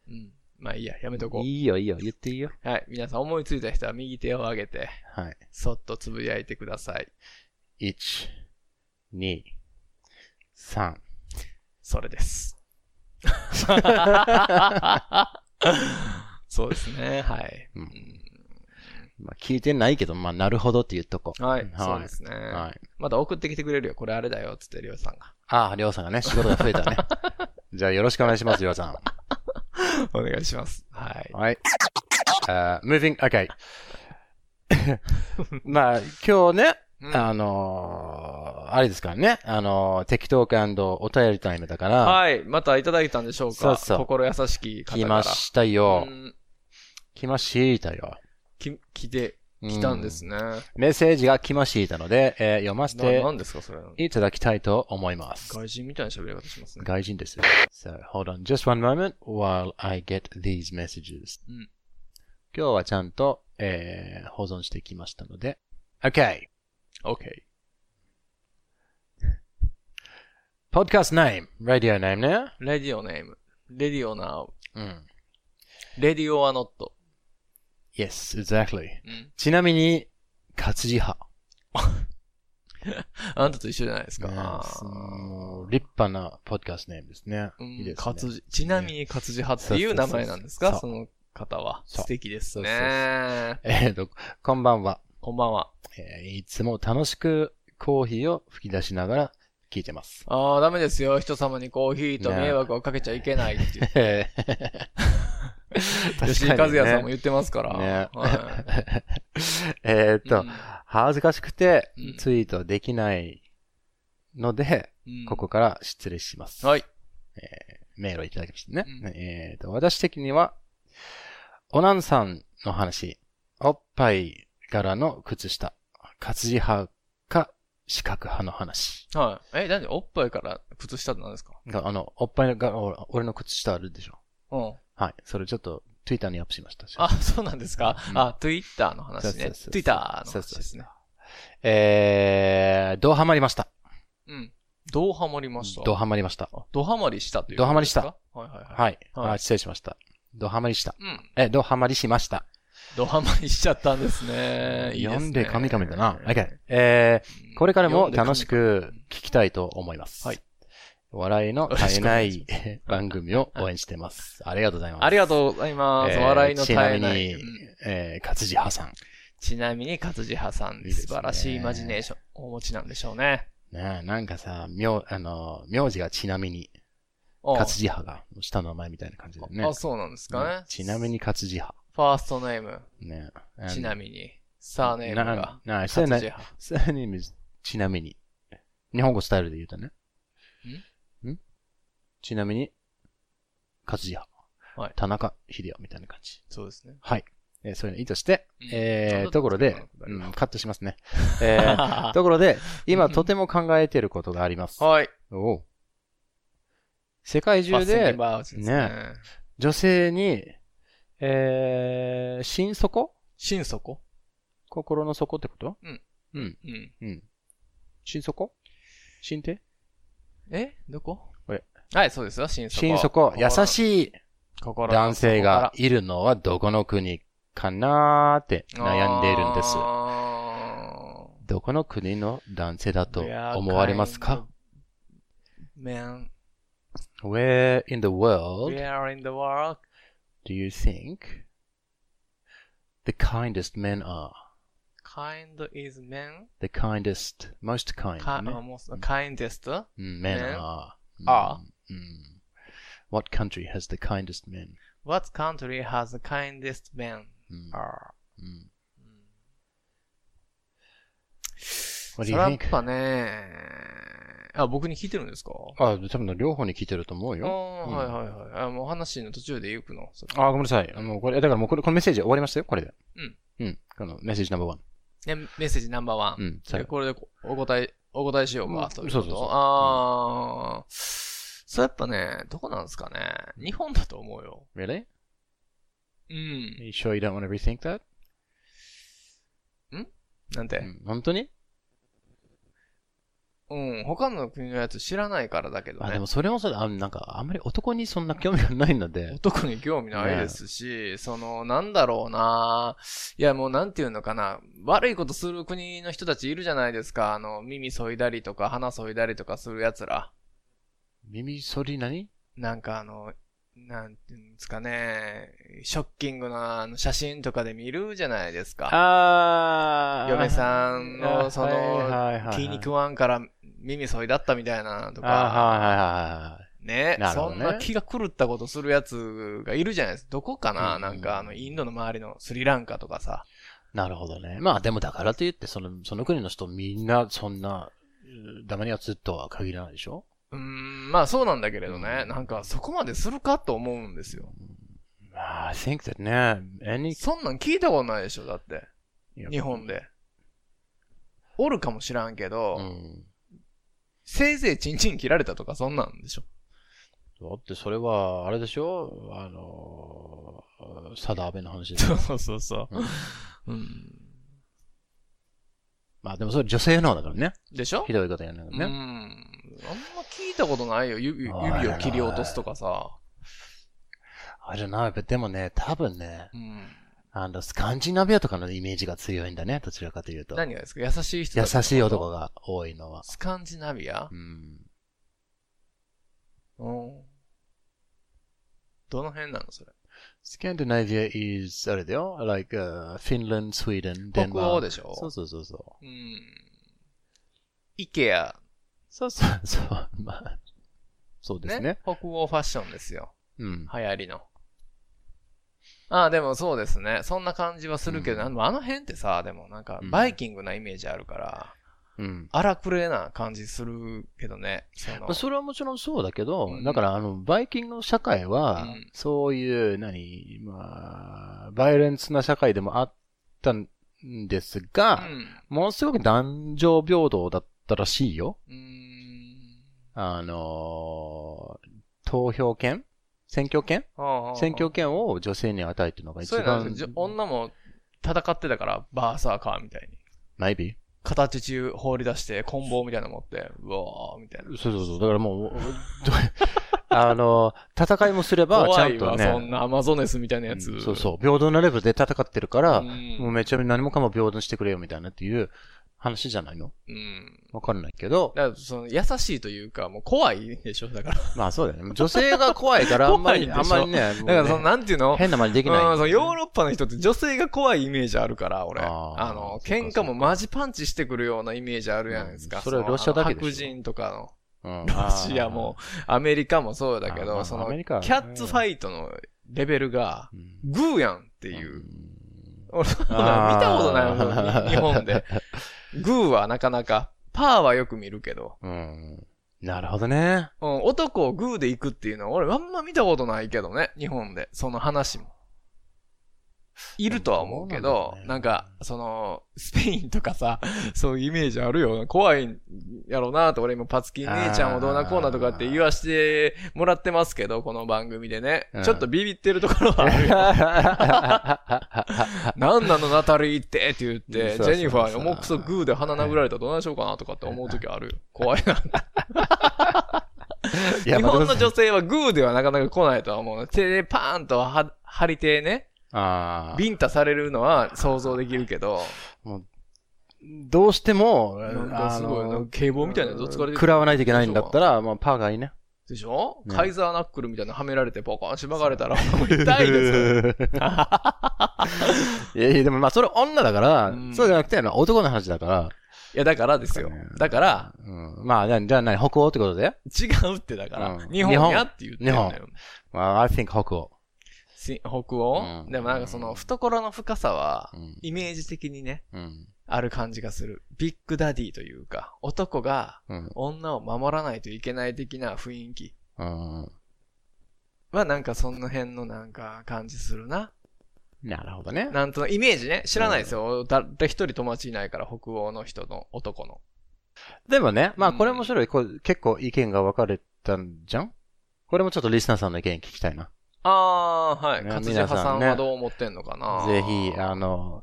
A: うん。まあいいや、やめとこ
G: いいよいいよ、言っていいよ。
A: う。はい。皆さん思いついた人は右手を上げて、
G: は
A: そっとつぶやいてください。
G: い。1、2、3。
A: それ です。そうですね。はい。
G: うんまあ、聞いてないけど、まあ、なるほどって言っとこう。
A: はい。そう
G: は
A: ですね。
G: い。はい、
A: まだ送ってきてくれるよ。これあれだよ。つって、りょうさんが。
G: ああ、りょうさんがね、仕事が増えた ね。じゃあ、よろしくお願いします、りょうさん。
A: お願いします。はい。
G: はい。あー moving, okay. まあ、今日ね、
A: うん
G: あのーあれですからね、あのー適当感とお便りタイムだから、
A: はい。またいただいたんでしょうか
G: そうそう
A: 心優しき方から。
G: 来ましたよ。
A: うん
G: 来ましたよ。
A: き、来て、
G: うん
A: 来たんですね。
G: メッセージが来ましたので、えー読ませ
A: な、
G: て
A: なんですか、それ。
G: いただきたいと思います。
A: 外人みたいな喋り方しますね。
G: 外人です。So, hold on just one moment while I get these messages.
A: うん
G: 今日はちゃんと、えー保存してきましたので。Okay.
A: OK。
G: Podcast name, radio name ね。
A: レディオネーム。レディオナー。
G: うん。
A: レディオアノット。
G: Yes, exactly.
A: うん。
G: ちなみに、活字派。
A: あなたと一緒じゃないですか。
G: もう立派なポッドキャストネームですね。
A: うん
G: いいですね。
A: 活字。ちなみに活字派っていう名前なんですか
G: そ
A: そうの方は。
G: そう
A: 素敵です
G: そうそう
A: ね。
G: えっと、こんばんは、
A: こんばんは。
G: えーいつも楽しくコーヒーを吹き出しながら聞いてます。
A: ああ、ダメですよ。人様にコーヒーと迷惑をかけちゃいけないって いう。
G: えー
A: 吉井和也さんも言ってますか
G: 確
A: ら。
G: かに
A: は
G: ね。えっ
A: い
G: と、
A: うん
G: 恥ずかしくて
A: うん
G: ツイートできないので、
A: うん
G: ここから失礼します。
A: はい。
G: メールをいただきましたね。
A: うん
G: えっ、と、私的には、オナンさんの話、おっぱい柄の靴下、活字派か四角派の話。
A: はい。え、なんでおっぱいから靴下って何ですか
G: あの、おっぱいが、お俺の靴下あるでしょ。
A: うん。
G: はい。それちょっと、ツイッターにアップしました。
A: あ、そうなんですか
G: うん
A: あ、Twitter の話
G: そうそう
A: ね。
G: そう
A: Twitter の
G: そうそ
A: 話
G: うそう
A: ですね。
G: えー、どうハマりました。
A: うん。どうハマりました
G: どうハマりました。
A: あどハマりしたという
G: どハマりした
A: ことですか。はいはいはい。
G: はい。
A: はい
G: あ失礼しました。どうハマりした。
A: うん。
G: え、どうハマりしました。
A: ドハマりしちゃったんですね。いいですね
G: 読んで神々だな。OK。え
A: うん
G: ー、これからも
A: 読んで神々
G: 楽しく聞きたいと思います。
A: はい。
G: 笑いの絶えな
A: よろし
G: い番組を応援してます。ありがとうございます。
A: ありが
G: う
A: とうございます。笑いの絶え
G: ち
A: な
G: なみ
A: い。
G: に
A: うん、
G: えー、勝地派さん。
A: ちなみに、勝地派さん
G: いい
A: で
G: です
A: 素
G: ね
A: 晴らしいイマジネーションお持ちなんでしょうね。
G: ねえなんかさ、名、あの、名字がちなみに、
A: おう
G: 勝地派が、下の名前みたいな感じだよね。
A: あ、そうなんですか
G: うん
A: ね。
G: ちなみ。に勝地派。
A: ファーストネーム、
G: ね
A: ちな
G: に。
A: みに、サーネームが
G: な、な
A: 勝地
G: な
A: 派。
G: サニムちなみに。日本語スタイルで言うとね。んちなみに、勝地派。
A: はい
G: 田中秀夫みたいな感じ。
A: そう ですね。
G: はい。えーそういうの意図して、
A: うん
G: え
A: そ
G: ー、
A: う
G: ところ
A: そう
G: で、
A: なの
G: うん、カットしますね。 えー、ところで、今とても考えていることがあります。
A: はい。
G: おう世界中
A: Fascinating
G: で
A: about です
G: ね。女性に、えー、心底
A: 心底
G: 心の底ってこと
A: うん。
G: うん。
A: うん。
G: うん。心底心底
A: えどこ
G: これ
A: はい、そうですよ、心底。
G: 心底、優
A: い
G: しい男性がいるのはどこの国かなーって悩んでいるんです。
A: す。
G: どこの国の男性だと思われますか
A: Man,
G: ?Where in the
A: we
G: world
A: are in the world.
G: do you think the kindest men are?
A: Kind is man.
G: The kindest, most kind.
A: Ki-
G: ね
A: almost kindest?
G: Mm, men
A: Men
G: are.
A: are.
G: Mm, mm. What country has the kindest men?
A: What country has the kindest man?
G: Mm,
A: Are.
G: mm.
A: そ
G: What do
A: れ
G: you
A: はやっ
G: think?
A: ぱね、あ、僕に聞いてるんですか
G: あ、多分両方に聞いてると思う
A: あー
G: よ。うん
A: はいはいはい。あもう話の途中で行くの。それ
G: あ、ごめんなさい。あの、これ、だからもうこれ、このメッセージ終わりましたよ、これで。
A: うん。
G: うん。このメッセージナンバーワン。
A: ねメッセージナンバーワン
G: う。ん、最
A: で
G: 後。
A: これでこお答え、お答えしよう
G: うん
A: か、ということ。
G: そうそうそう
A: ああ、そうやっぱね、どこなんですかね。日本だと思うよ。
G: Really?
A: うん。
G: You sure you don't want to rethink that?
A: なんて
G: う。ん本当に
A: うん。他の国のやつ知らないからだけど
G: あ、で
A: ね
G: も。それもそうだ。あなんか、あんまり男にそんな興味がないので。
A: 男に興味ないですし、その、なんだろうな。いや、もうなんていうのかな。悪いことする国の人たちいるじゃないですか。あの、耳削いだりとか、鼻削いだりとかする奴ら。
G: 耳そり何
A: なんかあの、なんていうんですかね。ショッキングなあの写真とかで見るじゃないですか。
G: あ
A: 嫁さんのその気に
G: わ
A: 食わんから耳そいだったみたいなと
G: と
A: か、
G: はいはいはいはい。
A: ね
G: なるほ
A: そ
G: ど
A: ん
G: ね
A: な気が狂ったことするやつがいるじゃないですか。どこかな、
G: うん
A: なんかあの、インドの周りのスリランカとかさ。
G: なるほどね。まあでもだからといって、その、その国の人みんなそんな、うんダメなやつとは限らないでしょ
A: うーん、まあそうなんだけれどね、
G: うん
A: なんかそこまでするかと思うんですよ。
G: まあ、I think that ね、any,
A: そんなん聞いたことないでしょ、だって。日本で。おるかもしらんけど、
G: うん。
A: せいぜいチンチン切られたとかそんなんでしょ。
G: だってそれは、あれでしょあのー、サダーベの話でし
A: そ
G: ょ
A: うそうそうそう
G: うん
A: う。うん。
G: まあでもそれ女性の方だからね。
A: でしょ
G: ひどいことやるんだ
A: うん。あん
G: からね。
A: ま聞いたことないよ。指指を切り落とすとかさ。
G: あれな、でもね、多分ね、
A: うん。
G: あの、スカンジナビアとかのイメージが強いんだね、どちらかというと。
A: 何がですか優しい人だ
G: 優
A: った
G: しい男が多いのは。
A: スカンジナビア
G: うん。
A: うん。どの辺なのそれ。
G: Scandinavia is, あれだよ、like, uh, Finland, Sweden,
A: 北
G: Denmark.
A: 欧でしょ
G: そうそうそうそう。
A: うん。イケア。
G: そうそうそう。まあ、そうです
A: ね
G: ね。
A: 北欧ファッションですよ。
G: うん。
A: 流行りの。ああ、でもそうですね。そんな感じはするけど、
G: うん
A: でもあの辺ってさ、でもなんか
G: うん、
A: バイキングなイメージあるから、
G: うん。
A: 荒くれな感じするけどね。その
G: まあ、それはもちろんそうだけど、
A: うん
G: だから、あの、バイキングの社会は、
A: うん
G: そういう、何、まあ、バイオレンスな社会でもあったんですが、
A: うん。
G: ものすごく男女平等だったらしいよ。
A: うーん。
G: あのー投票権選挙権選挙権を女性に与えてるのが一
A: そういうのなん
G: 番
A: ですよじょ女も戦ってたから、バーサーカーみたいに。
G: maybe
A: 形中放り出して、棍棒みたいなの持って、うわー、みたいな。
G: そうそうそう。だからもう、 どあの、戦いもすれば、ちゃ
A: 怖
G: ん
A: い
G: と
A: わ、
G: ね。
A: そんなアマゾネスみたいなやつ。
G: うんそうそう。平等なレベルで戦ってるから、
A: うん
G: もうめちゃめちゃ何もかも平等にしてくれよみたいなっていう話じゃないの
A: うん。
G: わかんない けど。
A: だから、その、優しいというか、もう怖いでしょだから。
G: まあそうだよね。女性が怖いから、あんまり、
A: 怖いで
G: あん
A: しょ
G: まりね、もうね
A: だから、その、なんていうの
G: 変な真似でき
A: うん、
G: な
A: その
G: い。
A: ヨーロッパの人って女性が怖いイメージあるから、俺。
G: あ
A: あ
G: ー
A: の、
G: そっか
A: 喧嘩もマジパンチしてくるようなイメージあるじゃないです
G: う
A: か。
G: んそれは
A: の
G: ロシアだけでしょ
A: 白人とかの。
G: うん
A: ロシアも。、アメリカもそうだけ
G: あーま
A: ど、
G: あ
A: そ
G: ア
A: の、
G: メ
A: キ
G: リ
A: ャ
G: カ
A: ッツファイトのレベルが、
G: うん
A: グーやんっていう。俺、そんな見
G: あー
A: たことないもん、日本で。グーはなかなか、パーはよく見るけど、
G: うん。なるほ どね。
A: うん、男をグーで行くっていうのは俺あんま見たことないけどね、日本で。その話も。いるとは思うけど、
G: でもどう
A: な
G: なんんだろうね
A: か、その、スペインとかさ、そういうイメージあるよ。怖いやろうなと、俺今パツキン姉ちゃんをどうなこうなとかって言わしてもらってますけど、この番組でね
G: うん。
A: ちょっとビビってるところはある よ。なんなのナタリーってって言っ
G: そう
A: て、
G: そ
A: ジ
G: うそう
A: ェニファーに重くそグーで鼻殴られたらどうなんしようかなとかって思う時あるよ。怖いな。
G: い
A: 日
G: やまあ
A: 本の女性はグーではなかなか来ないとは思うの。手でパーンとは張り手ね、
G: あー
A: ビンタされるのは想像できるけど、
G: どうしても、
A: なんかすごい、なんか警棒みたいなのどつかれてる
G: 食らわないといけないんだったら、まあ、パーがいいね。
A: でしょ、
G: ね
A: カイザーナックルみたいなのはめられてボコンしばかれ たら痛いですよ。
G: いやいや、でもまあ、それ女だから、
A: うん
G: そうじゃなくて、男の話だから、
A: いや、だからですよ
G: ね。
A: だから、
G: うん、まあ、じゃあ、じゃあ何、北欧ってことで
A: 違うってだから、
G: うん
A: 日本やって言ってんだ
G: 日
A: よ。
G: まあ、I think 北欧。
A: し北欧、
G: うん
A: でもなんかその懐の深さは、
G: うん。
A: イメージ的にね、
G: うん。
A: ある感じがする。ビッグダディというか、男が
G: うん。
A: 女を守らないといけない的な雰囲気
G: うん。
A: はなんかその辺のなんか感じするな。
G: なるほどね。
A: なんとなくイメージね。知らないですよ。誰一人友達いないから、北欧の人の男の。
G: でもね、まあ、これ面白い。こう結構意見が分かれたんじゃんこれもちょっとリスナーさんの意見聞きたいな。
A: ああ、はい。
G: ね
A: 勝地派さん
G: 皆さんね
A: はどう思ってんのかな、
G: ぜひ、あの、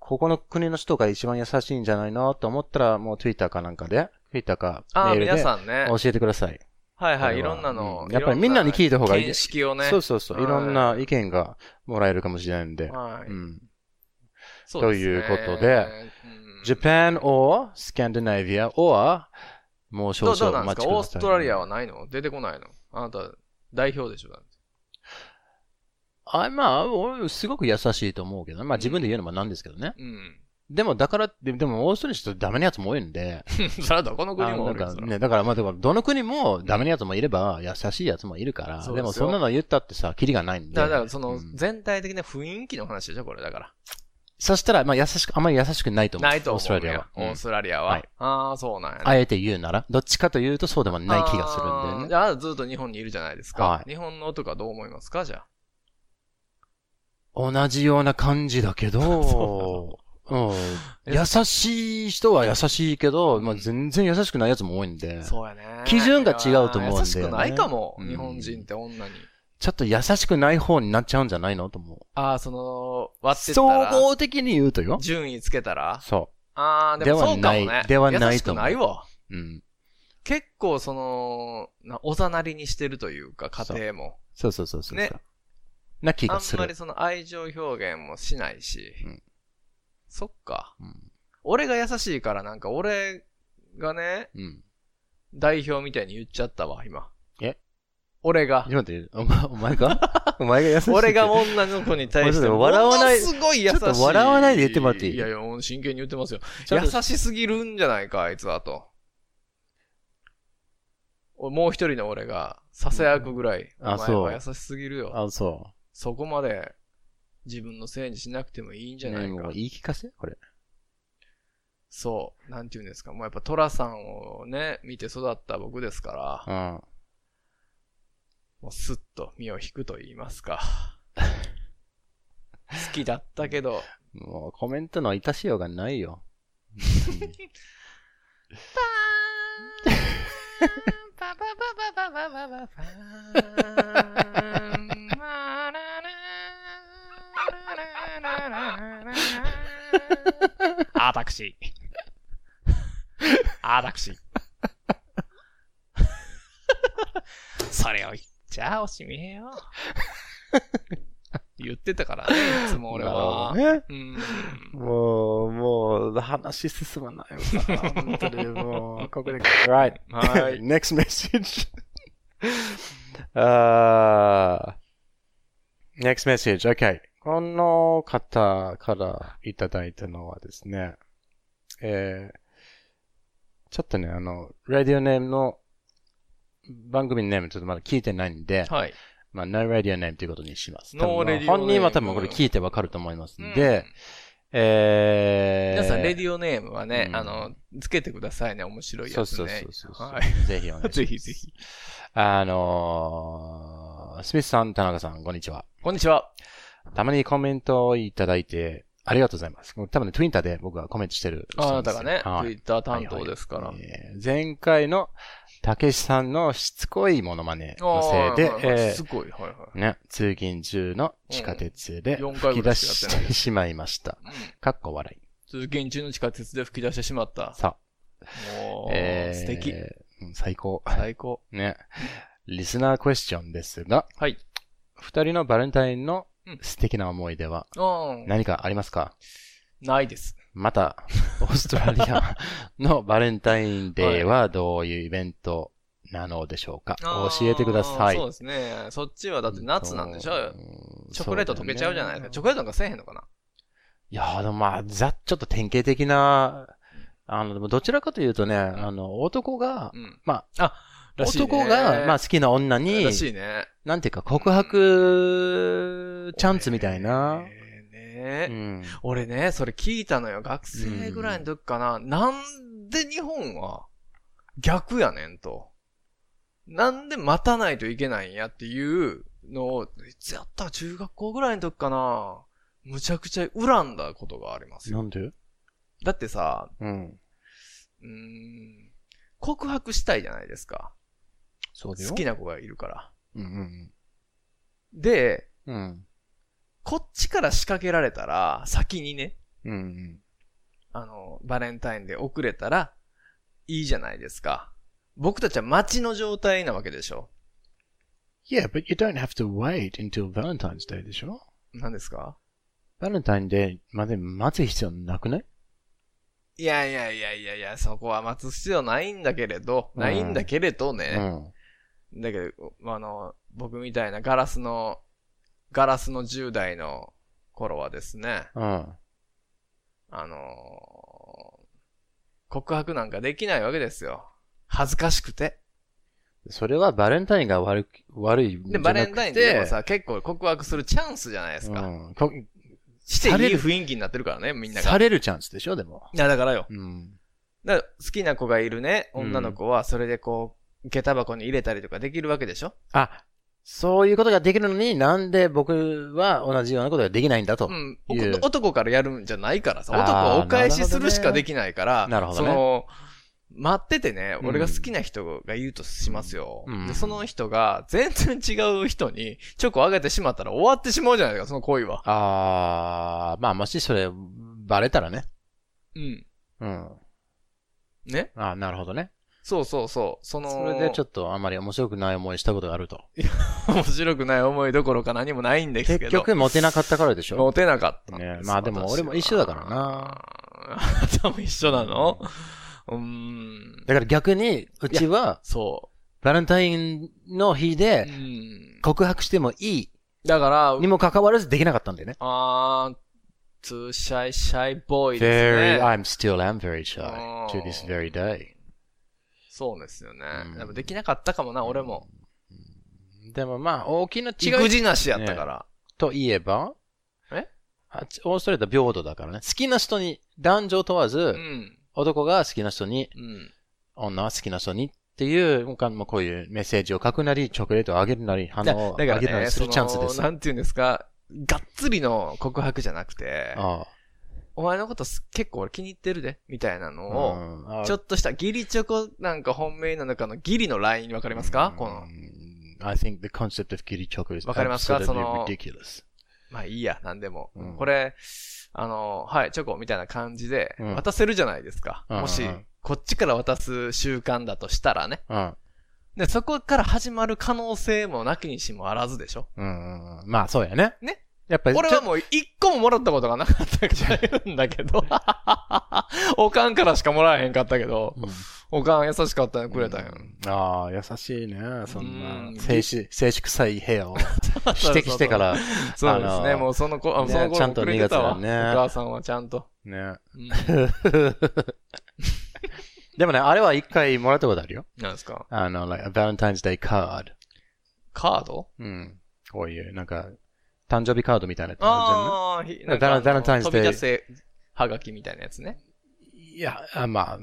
G: ここの国の人が一番優しいんじゃないのと思ったら、もう Twitter かなんかで、Twitter かメ
A: あ
G: ー
A: あ、
G: ル
A: 皆
G: で
A: さんね。
G: 教えてください。
A: はい
G: これは
A: はい。いろんなの
G: う。んやっぱりみんなに聞いた方がいい
A: 見識をね。
G: そうそうそう。
A: はい
G: いろんな意見がもらえるかもしれないんで。。
A: はいう
G: ん。
A: そうですね
G: ということで、
A: うん
G: Japan or Scandinavia or もう少
A: どうどう
G: 々
A: な
G: お
A: んですか
G: 待ちください。
A: オーストラリアはないの出てこないのあなた、代表でしょだって
G: あ、まあ、俺すごく優しいと思うけどね。まあ自分で言うのもなんですけどね。
A: うん。
G: でもだからって、でもオーストラリアの人ダメなやつも多いんで。
A: それはどこの国も
G: あ
A: お
G: の
A: るよ
G: なん
A: そ
G: か
A: ら
G: ね、だからまあ、だからどの国もダメなやつもいれば、優しいやつもいるから。
A: そうですよ
G: でもそんなの言ったってさ、キリがないんで。
A: だから、その
G: う、ん
A: 全体的な雰囲気の話でしょこれだから。
G: そしたら、まあ優しく、あんまり優しくないと思う。
A: ないと思う。
G: オーストラリアは。
A: オーストラリア
G: は。
A: はいああ、そうなんやね。
G: あえて言うなら、どっちかというとそうでもない気がするんだよね。
A: あーじゃあ、ずっと日本にいるじゃないですか。
G: はい
A: 日本のとかどう思いますかじゃあ。
G: 同じような感じだけど、うん優しい人は優しいけど、まあ、全然優しくないやつも多いんで、
A: そうやね。
G: 基準が違うと思うんだよね
A: 優しくないかも、
G: うん
A: 日本人って女に。
G: ちょっと優しくない方になっちゃうんじゃないのと思う。
A: ああ、その、割ってった
G: 総
A: ら、
G: 合的に言うとよ。
A: 順位つけたら。
G: そ
A: ああ、でも
G: で
A: そ
G: は
A: うかも
G: な
A: ね
G: い。ではない
A: 優し
G: と
A: く
G: 思う
A: ないわ。
G: う。うん。
A: 結構、その、なおざなりにしてるというか、家庭も。
G: そうそうそうそうそう。
A: ね
G: な気
A: あ
G: がす
A: んまり
G: る。
A: その愛情表現もしないし。
G: うん
A: そっか。
G: うん
A: 俺が優しいから、なんか俺がね、
G: うん。
A: 代表みたいに言っちゃったわ、今。
G: え
A: 俺が。
G: ちょっと待って、お前、お 前がお前が優しい。
A: 俺が、女の子に対して、
G: 俺ちょっと 笑わない
A: ものすごい優しい。
G: ちょっと笑わないで言ってもらっていい
A: いやいや、もう真剣に言ってますよ。
G: ちゃんと
A: 優しすぎるんじゃないか、あいつはと。おもう一人の俺が、ささやくぐらい、
G: あ
A: お前は
G: そ
A: 優しすぎるよ。
G: あ、そ
A: そこまで、自分のせいにしなくてもいいん
G: う。
A: じゃない
G: ねも
A: か
G: う。言い聞かせこれ。
A: そう。なんて言うんですか。もうやっぱトラさんをね、見て育った僕ですから、
G: うん。
A: もうスッと身を引くと言います か。好きだったけど、
G: もうコメントのいたしようがないよ。
A: あたくし。あたくし。それを言っちゃおしめよ。言ってたからね、いつ も俺は。
G: なるほど ね。
A: うん。
G: もう、もう、話進まないわ。本当に、もう、ここで。right.
A: はい。
G: Next message. あー Next message. Okay. この方からいただいたのはですね、えー、ちょっとね、あの、ラディオネームの番組ネームちょっとまだ聞いてないんで、
A: はい。
G: まあ、No Radio Name ということにします。
A: No
G: 多分
A: Radio
G: 本人は
A: Name
G: 多分これ聞いてわかると思いますんで、えー、
A: 皆さん、レディオネームはね
G: う、ん
A: あの、つけてくださいね、面白い
G: そ
A: や
G: う
A: つ
G: そう
A: ね
G: そう。そうそう。
A: はい。
G: ぜひお願いします。
A: ぜひぜひ。
G: あのー、スミスさん、田中さん、こんにちは。
A: こんにちは。
G: たまにコメントをいただいて、ありがとうございます。多分ね、Twitter で僕はコメントしてる。
A: あなたがね、
G: はい
A: Twitter 担当ですから。
G: えー前回のたけしさんのしつこいモノマネのせいで
A: あ、ー
G: え
A: すごい、はいは
G: ーね、通勤中の地下鉄で
A: うん
G: 吹
A: 四回ぐ
G: き出し
A: らいしかやってない
G: てしまいました。
A: い。うん
G: かっこ笑い。
A: 通勤中の地下鉄で吹き出してしまった。
G: さあ
A: も、う、
G: えー
A: 素敵。
G: うん最高。
A: 最高。
G: ね。リスナークエスチョンですが、
A: はい。
G: 二人のバレンタインの
A: うん
G: 素敵な思い出は
A: うん。
G: 何かありますか
A: ないです。
G: また、オーストラリアのバレンタインデーはどういうイベントなのでしょうか、教えてください。
A: そうですね。そっちはだって夏なんでしょ、
G: うん
A: チョコレート溶けちゃうじゃないですか。チョコレートなんかせえへんのかない
G: やーでもまあ、ざ、ちょっと典型的な、あの、でもどちらかというとね、あの、男が
A: う、ん。
G: ま
A: あ、あ、らしいね
G: 男が、まあ、好きな女に
A: ら、しいね。
G: なんていうか、告白、チャンスみたいな。
A: えーね
G: うん。
A: 俺ね、それ聞いたのよ。学生ぐらいの時かな。なんで日本は逆やねんと。なんで待たないといけないんやっていうのを、いつやった中学校ぐらいの時かな。むちゃくちゃ恨んだことがありますよ。
G: なんで
A: だってさ、
G: うん。
A: うーん、告白したいじゃないですか。
G: そうだよ。
A: 好きな子がいるから。
G: うんうん
A: で、
G: うん。うん。
A: こっちから仕掛けられたら、先にね、
G: うんうん。
A: あの、バレンタインで遅れたら、いいじゃないですか。僕たちは待ちの状態なわけでしょ。
G: Yeah, but you don't have to wait until Valentine's Day でしょ
A: 何ですか
G: ?Valentine's Day まで待つ必要なくない
A: いやいやいやいやいや、そこは待つ必要ないんだけれど、
G: うん
A: ないんだけれど
G: う
A: ね。
G: ん。
A: だけど、あの、僕みたいなガラスの、ガラスの10代の頃はですね、
G: うん。
A: あの告白なんかできないわけですよ。恥ずかしくて。
G: それはバレンタインが悪く悪いんじゃなくて。
A: で、バレンタインってでもさ、結構告白するチャンスじゃないですか。
G: うんこ
A: していい
G: される
A: 雰囲気になってるからね、みんなが。
G: されるチャンスでしょ、でも。
A: いや、だからよ。
G: うん。
A: だから好きな子がいるね、女の子は、それでこう、下駄箱に入れたりとかできるわけでしょ
G: あ、そういうことができるのになんで僕は同じようなことができないんだと。
A: うん。
G: いえ
A: 男からやるんじゃないからさ、
G: あー
A: 男はお返しするしかできないから、
G: なるほどね
A: その、待っててね、
G: うん
A: 俺が好きな人がいるとしますよ。
G: うん
A: で、その人が全然違う人にチョコをあげてしまったら終わってしまうじゃないですか、その恋は。
G: あー、まあもしそれ、バレたらね。
A: うん。
G: うん。
A: ね
G: あーなるほどね。
A: そうそうそう。その、
G: それでちょっとあんまり面白くない思いしたことがあると。
A: 面白くない思いどころか何もないんですけど。
G: 結局、モテなかったからでしょ
A: モテなかったんです
G: ねまあでも俺も一緒だからな。
A: 私はあなたも一緒なのうーん。
G: だから逆に、うちは、
A: そ
G: バレンタインの日
A: う。う
G: で
A: ん。
G: 告白してもいい
A: だから、
G: にもかかわらずできなかったんだよね。
A: あー、too shy, shy boy ですね。
G: I'm still am very shy
A: あー
G: to this very day.
A: そうですよね
G: う。ん
A: でもできなかったかもな、俺も。
G: でもまあ、大きな違
A: 育
G: い
A: 児なしやったから。
G: といえば、
A: え
G: あオーストラリアは平等だからね。好きな人に、男女問わず、
A: うん。
G: 男が好きな人に、
A: うん。
G: 女は好きな人にっていう、もうかもうこういうメッセージを書くなり、チョコレートをあげるなり、花をあげ
A: だか
G: るな
A: らね、
G: りす
A: そ
G: るチャンスで
A: の、
G: す。
A: なんていうんですか、がっつりの告白じゃなくて、
G: あ
A: お前のことす結構俺気に入ってるで、みたいな
G: あ
A: のを、
G: うんあ
A: ちょっとしたギリチョコなんか本命なのかのギリのラインわかりますかこの、
G: うん I think the concept of giddy choco is
A: わかりますか
G: absolutely
A: その
G: ridiculous.
A: まあいいや、なんでも。
G: うん
A: これ、あの、はい、チョコみたいな感じで
G: うん
A: 渡せるじゃないですか。
G: うんうん
A: もし、こっちから渡す習慣だとしたらね。
G: うん。
A: で、そこから始まる可能性もなきにしもあらずでしょ。
G: うんうんうん。まあ、そうやね。
A: ね。
G: やっぱり、
A: 俺は
G: ちょ
A: もう一個ももらったことがなかったじゃんだけ ど。おかんからしかもらえへんかったけど、
G: うん
A: おかん優しかったんやくれたんや。
G: ああ、優しいね。そん
A: うん
G: な、静止、静止臭い 部屋を指摘してから、
A: そうです
G: あ
A: ね。
G: の
A: もうその子、あ
G: ね
A: その
G: ちゃ
A: 頃
G: ん
A: も
G: と
A: くれてたわ。
G: 二
A: お
G: 月だね
A: 母さんはちゃんと。
G: ね。
A: うん、
G: でもね、あれは一回もらったことあるよ。
A: なんですか
G: あの、like, a Valentine's Day card。
A: カード
G: うん。こういう、なんか、誕生日カードみたいなやつあ
A: ああ、ひ
G: バラバレンタインズ
A: 飛び
G: デ
A: 出
G: ー
A: せ、はがきみたいなやつね。
G: るじゃんいや、あまあ、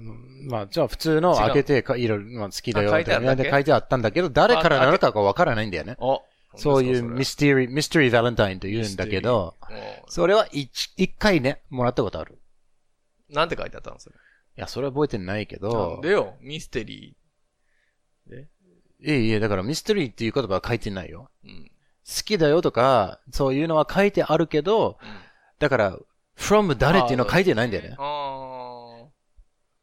G: まあ、じゃあ普通の
A: 違う
G: 開けて、かいろいろ、まあ、好きだよ
A: あ書いてあったっけ
G: みたいな書いてあったんだけど、誰からなのかがわからないんだよね。
A: お、
G: そういう
A: 本当
G: ミ
A: です
G: ステリー、ミステリーバレンタインと言うんだけど、
A: かそれも
G: それは一、一回ね、もらったことある。
A: うなんて書いてあったのそれ。
G: いや、それは覚えてないけ
A: なん
G: ど、
A: でよ、ミステリ
G: いえいえ、だからミステリーっていう言葉は書いてないよ。
A: ー。うん。
G: 好きだよとか、そういうのは書いてあるけど、だから、from 誰っていうのは書いてないんだよね。
A: あー。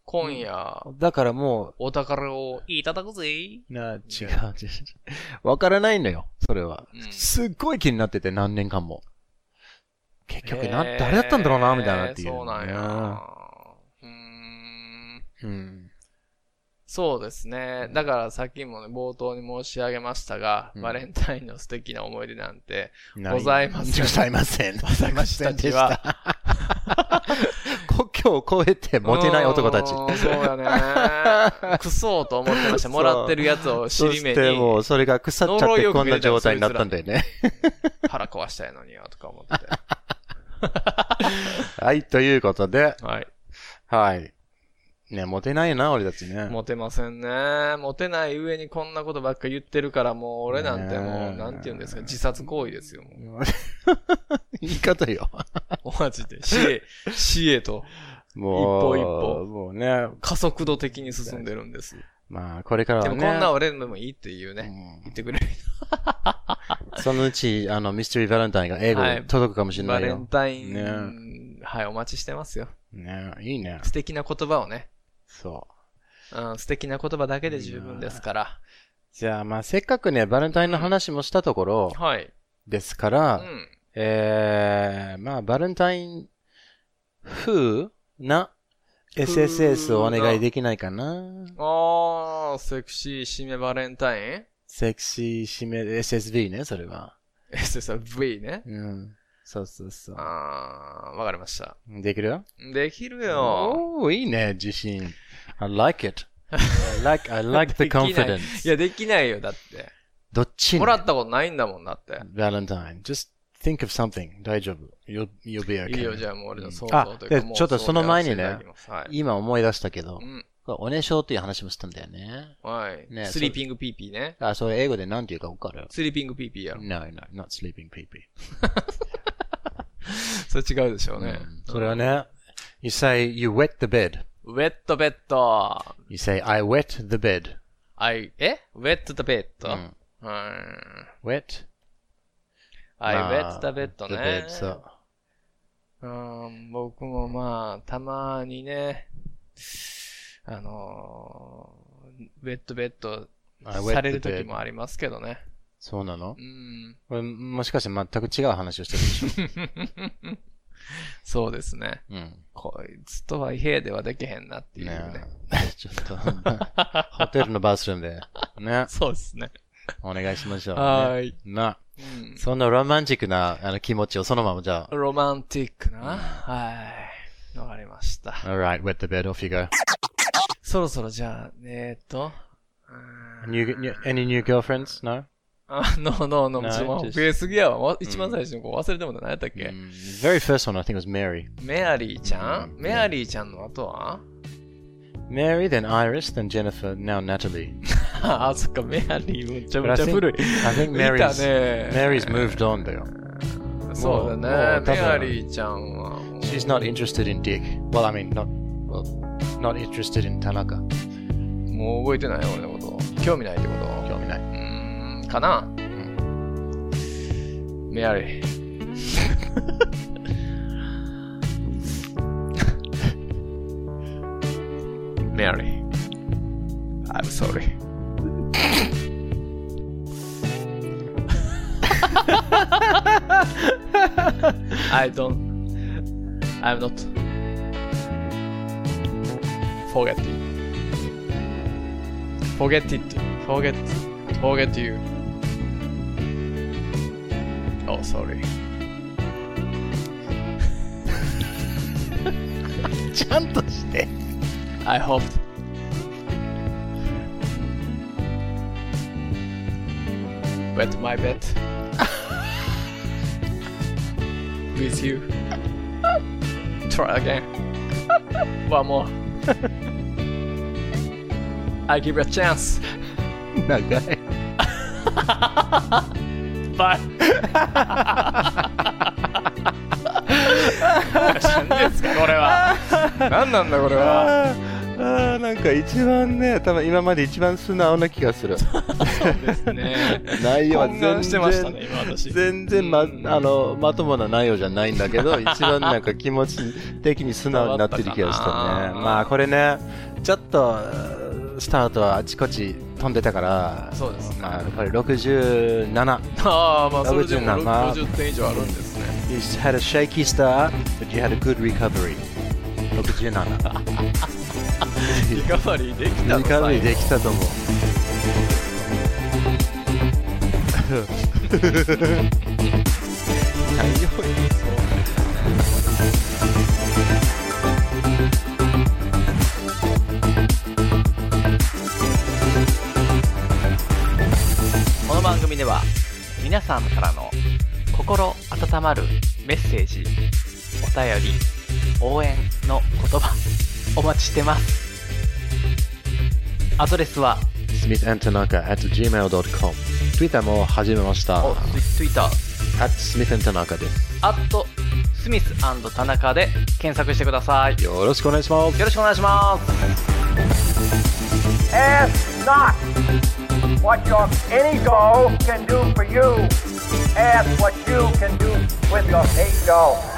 A: 今夜、
G: だからも
A: お宝をいただくぜ。
G: う、な違う、違う。 わからないのよ、それは。
A: うん
G: すっごい気になってて、何年間も。結局な、誰だったんだろうな、みたいなっていう、
A: えーそうなんや。うーん。
G: うん。
A: そうですね。だからさっきもね、冒頭に申し上げましたが、
G: うん
A: バレンタインの素敵な思い出なんて、
G: ない
A: ござい ません
G: ございません。ございま
A: せんでし た。
G: 国境を越えてモテない男た ち
A: う。ーんそうや ね。くそうと思ってました。もらってるやつを
G: そ
A: 尻
G: し
A: 目
G: ても
A: に
G: う、それが腐っちゃ
A: 呪
G: っ
A: い
G: て
A: を
G: こん
A: く
G: な
A: れたよ
G: 状態になったんだよね。
A: 腹壊したいのによ、とか思ってて。
G: はい、ということで、
A: はい。
G: はい。ね、モテないな、俺たちね。
A: モテませんね。モテない上にこんなことばっか言ってるから、もう俺なんても
G: ねえ
A: う、なんて言うんですか、自殺行為ですよ。も
G: 言い方よ。
A: うマジで。死へ、死へと
G: も
A: 一歩
G: う、
A: 一歩
G: もうね、
A: 加速度的に進んでるんです。
G: まあ、これからは
A: で
G: ね。
A: もこんな俺でもいいっていうね。
G: う
A: 言ってくれる
G: んそのうち、あの、ミステリーバレンタインが英語
A: はい
G: で届くかもしれな
A: バ
G: い
A: レ
G: よ
A: ン。タイン、
G: ね
A: はい、お待ちしてますよ。
G: ねいいね。
A: 素敵な言葉をね、
G: そう。
A: うん、素敵な言葉だけで十分ですから。
G: じゃあ、まあ、せっかくね、バレンタインの話もしたところ
A: はい。
G: ですか
A: う
G: ら、
A: ん。
G: えー、まあ、バレンタイン風な SSS をお願いできないかな。
A: あー、セクシー締めバレンタイン
G: セクシー締め、SSB ね、それは。
A: ?SSV ね。
G: うん。そうそうそう。
A: あー、わかりました。
G: できるよ
A: できるよ。
G: おー、いいね、自信。I like it. I like, I like the
A: できない
G: confidence.
A: いや、できないよ、だって。
G: どっちに
A: もらったことないんだもんだって。
G: Valentine. Just think of something. 大丈夫。You'll, you'll be
A: い
G: okay.
A: いよ、じゃあもう俺の想
G: あ
A: 像という
G: で
A: か。
G: ちょっとその前にね
A: 妄想でやらせていただきますはい。
G: 今思い出したけど
A: う、ん。
G: これおねしょうっていう話もしたんだよね。
A: はい。
G: ね
A: スリーピングピーピーね。
G: あ、それ英語で何て言うか分かる
A: スリーピングピーピーやろ
G: ?No, no, not sleeping peepee.
A: それ違うでしょうね。
G: それはね、You say, you wet the bed.
A: ウェットベッド。
G: You say, I wet the bed.
A: I, え ?wet the bed?
G: うん
A: うーん。
G: Wet?
A: I
G: ま
A: wet
G: あ
A: the bed
G: the
A: ね
G: bed, そう。
A: うーん、僕もまあ、たまにね、あのー、wet bed
G: I wet
A: される
G: the bed
A: 時もありますけどね。
G: そうな の
A: うん。
G: これもしかして全く違う話をしてるでしょ
A: そうですね。
G: うん。
A: こいつとは家ではできへんなっていうね。
G: ね ちょ っと、ホテルのバスルームで、ね、
A: そうですね。
G: お願いしましょう、ね。
A: はーい。
G: なあ。
A: うん
G: そんなロマンチックなあの気持ちをそのままじゃあ。
A: ロマンティックな。はい。わかりました。
G: Alright, wet the bed, off you go.
A: そろそろじゃあ、えーっと、うーん
G: New, new, any new girlfriends? No?
A: あ、 ノーノーノ
G: な
A: ー、
G: い
A: ちょっともう
G: just-
A: 増えすぎやわ。わ一番最初の子忘れてもらった何やったっけ、
G: Mm, very first one, I think, was Mary.
A: メアリーちゃんメアリーちゃんの後は
G: Mary, then Iris, then Jennifer, now Natalie.
A: あ、そっか、メアリーむちゃ
G: But
A: む
G: I
A: ちゃ
G: think,
A: 古い。
G: I think
A: 見た
G: Mary's,
A: ね。
G: Mary's moved on, though.
A: そう
G: も
A: だ
G: う
A: ね。
G: 多
A: メ
G: 分
A: アリーちゃんは。
G: She's not interested in Dick. Well, I mean, not, well, not interested in Tanaka.
A: もう覚えてない俺のこと。興味ないってこと
G: 興味ないう
A: ーん、かな、メアリー。 メアリー。I'm sorry. アイドン、I'm not forget forget it forget forget you oh sorry
G: ちゃんとして。
A: I hope wet my bed with you try again one more I give you a chance
G: 長い。
A: 輩。何ですか、これは。
C: 何なんだこれは。
G: あーあーなんか一番ね多分今まで一番素直な気 がする
A: そう ですね。
G: 内容は
C: 懇
G: 全
C: 願してました
G: 然
A: ね、今私。
G: 全然ま,、
A: うん
G: あのまともな内容じゃないんだ けど一番なんか気持ち的に素直になってる気がしたね
C: 伝わったかな
G: まあこれねちょっとスタートはあちこち飛んでたから
C: そうですね。
G: まあ、これ67
C: ああ、まあそれでも
G: 67まあ
C: 50点以上あるんですね。
G: You had a shaky start but you had a good recovery 67
C: リカバリーできたの
G: リカバリ
C: 最
G: ー
C: 後
G: できたと思う。
I: この番組では皆さんからの心温まるメッセージお便り応援の言葉お待ちしてますアドレスは
G: smithandtanaka at gmail.com。Twitter も始めました。
I: お Twitter
G: at smithandtanaka です。
I: アットスミス田中で検索してくださいよ
G: よろしくお願いします。
I: ろしくお願いします
E: Ask not what your any goal can do for you. Ask what you can do with your ego.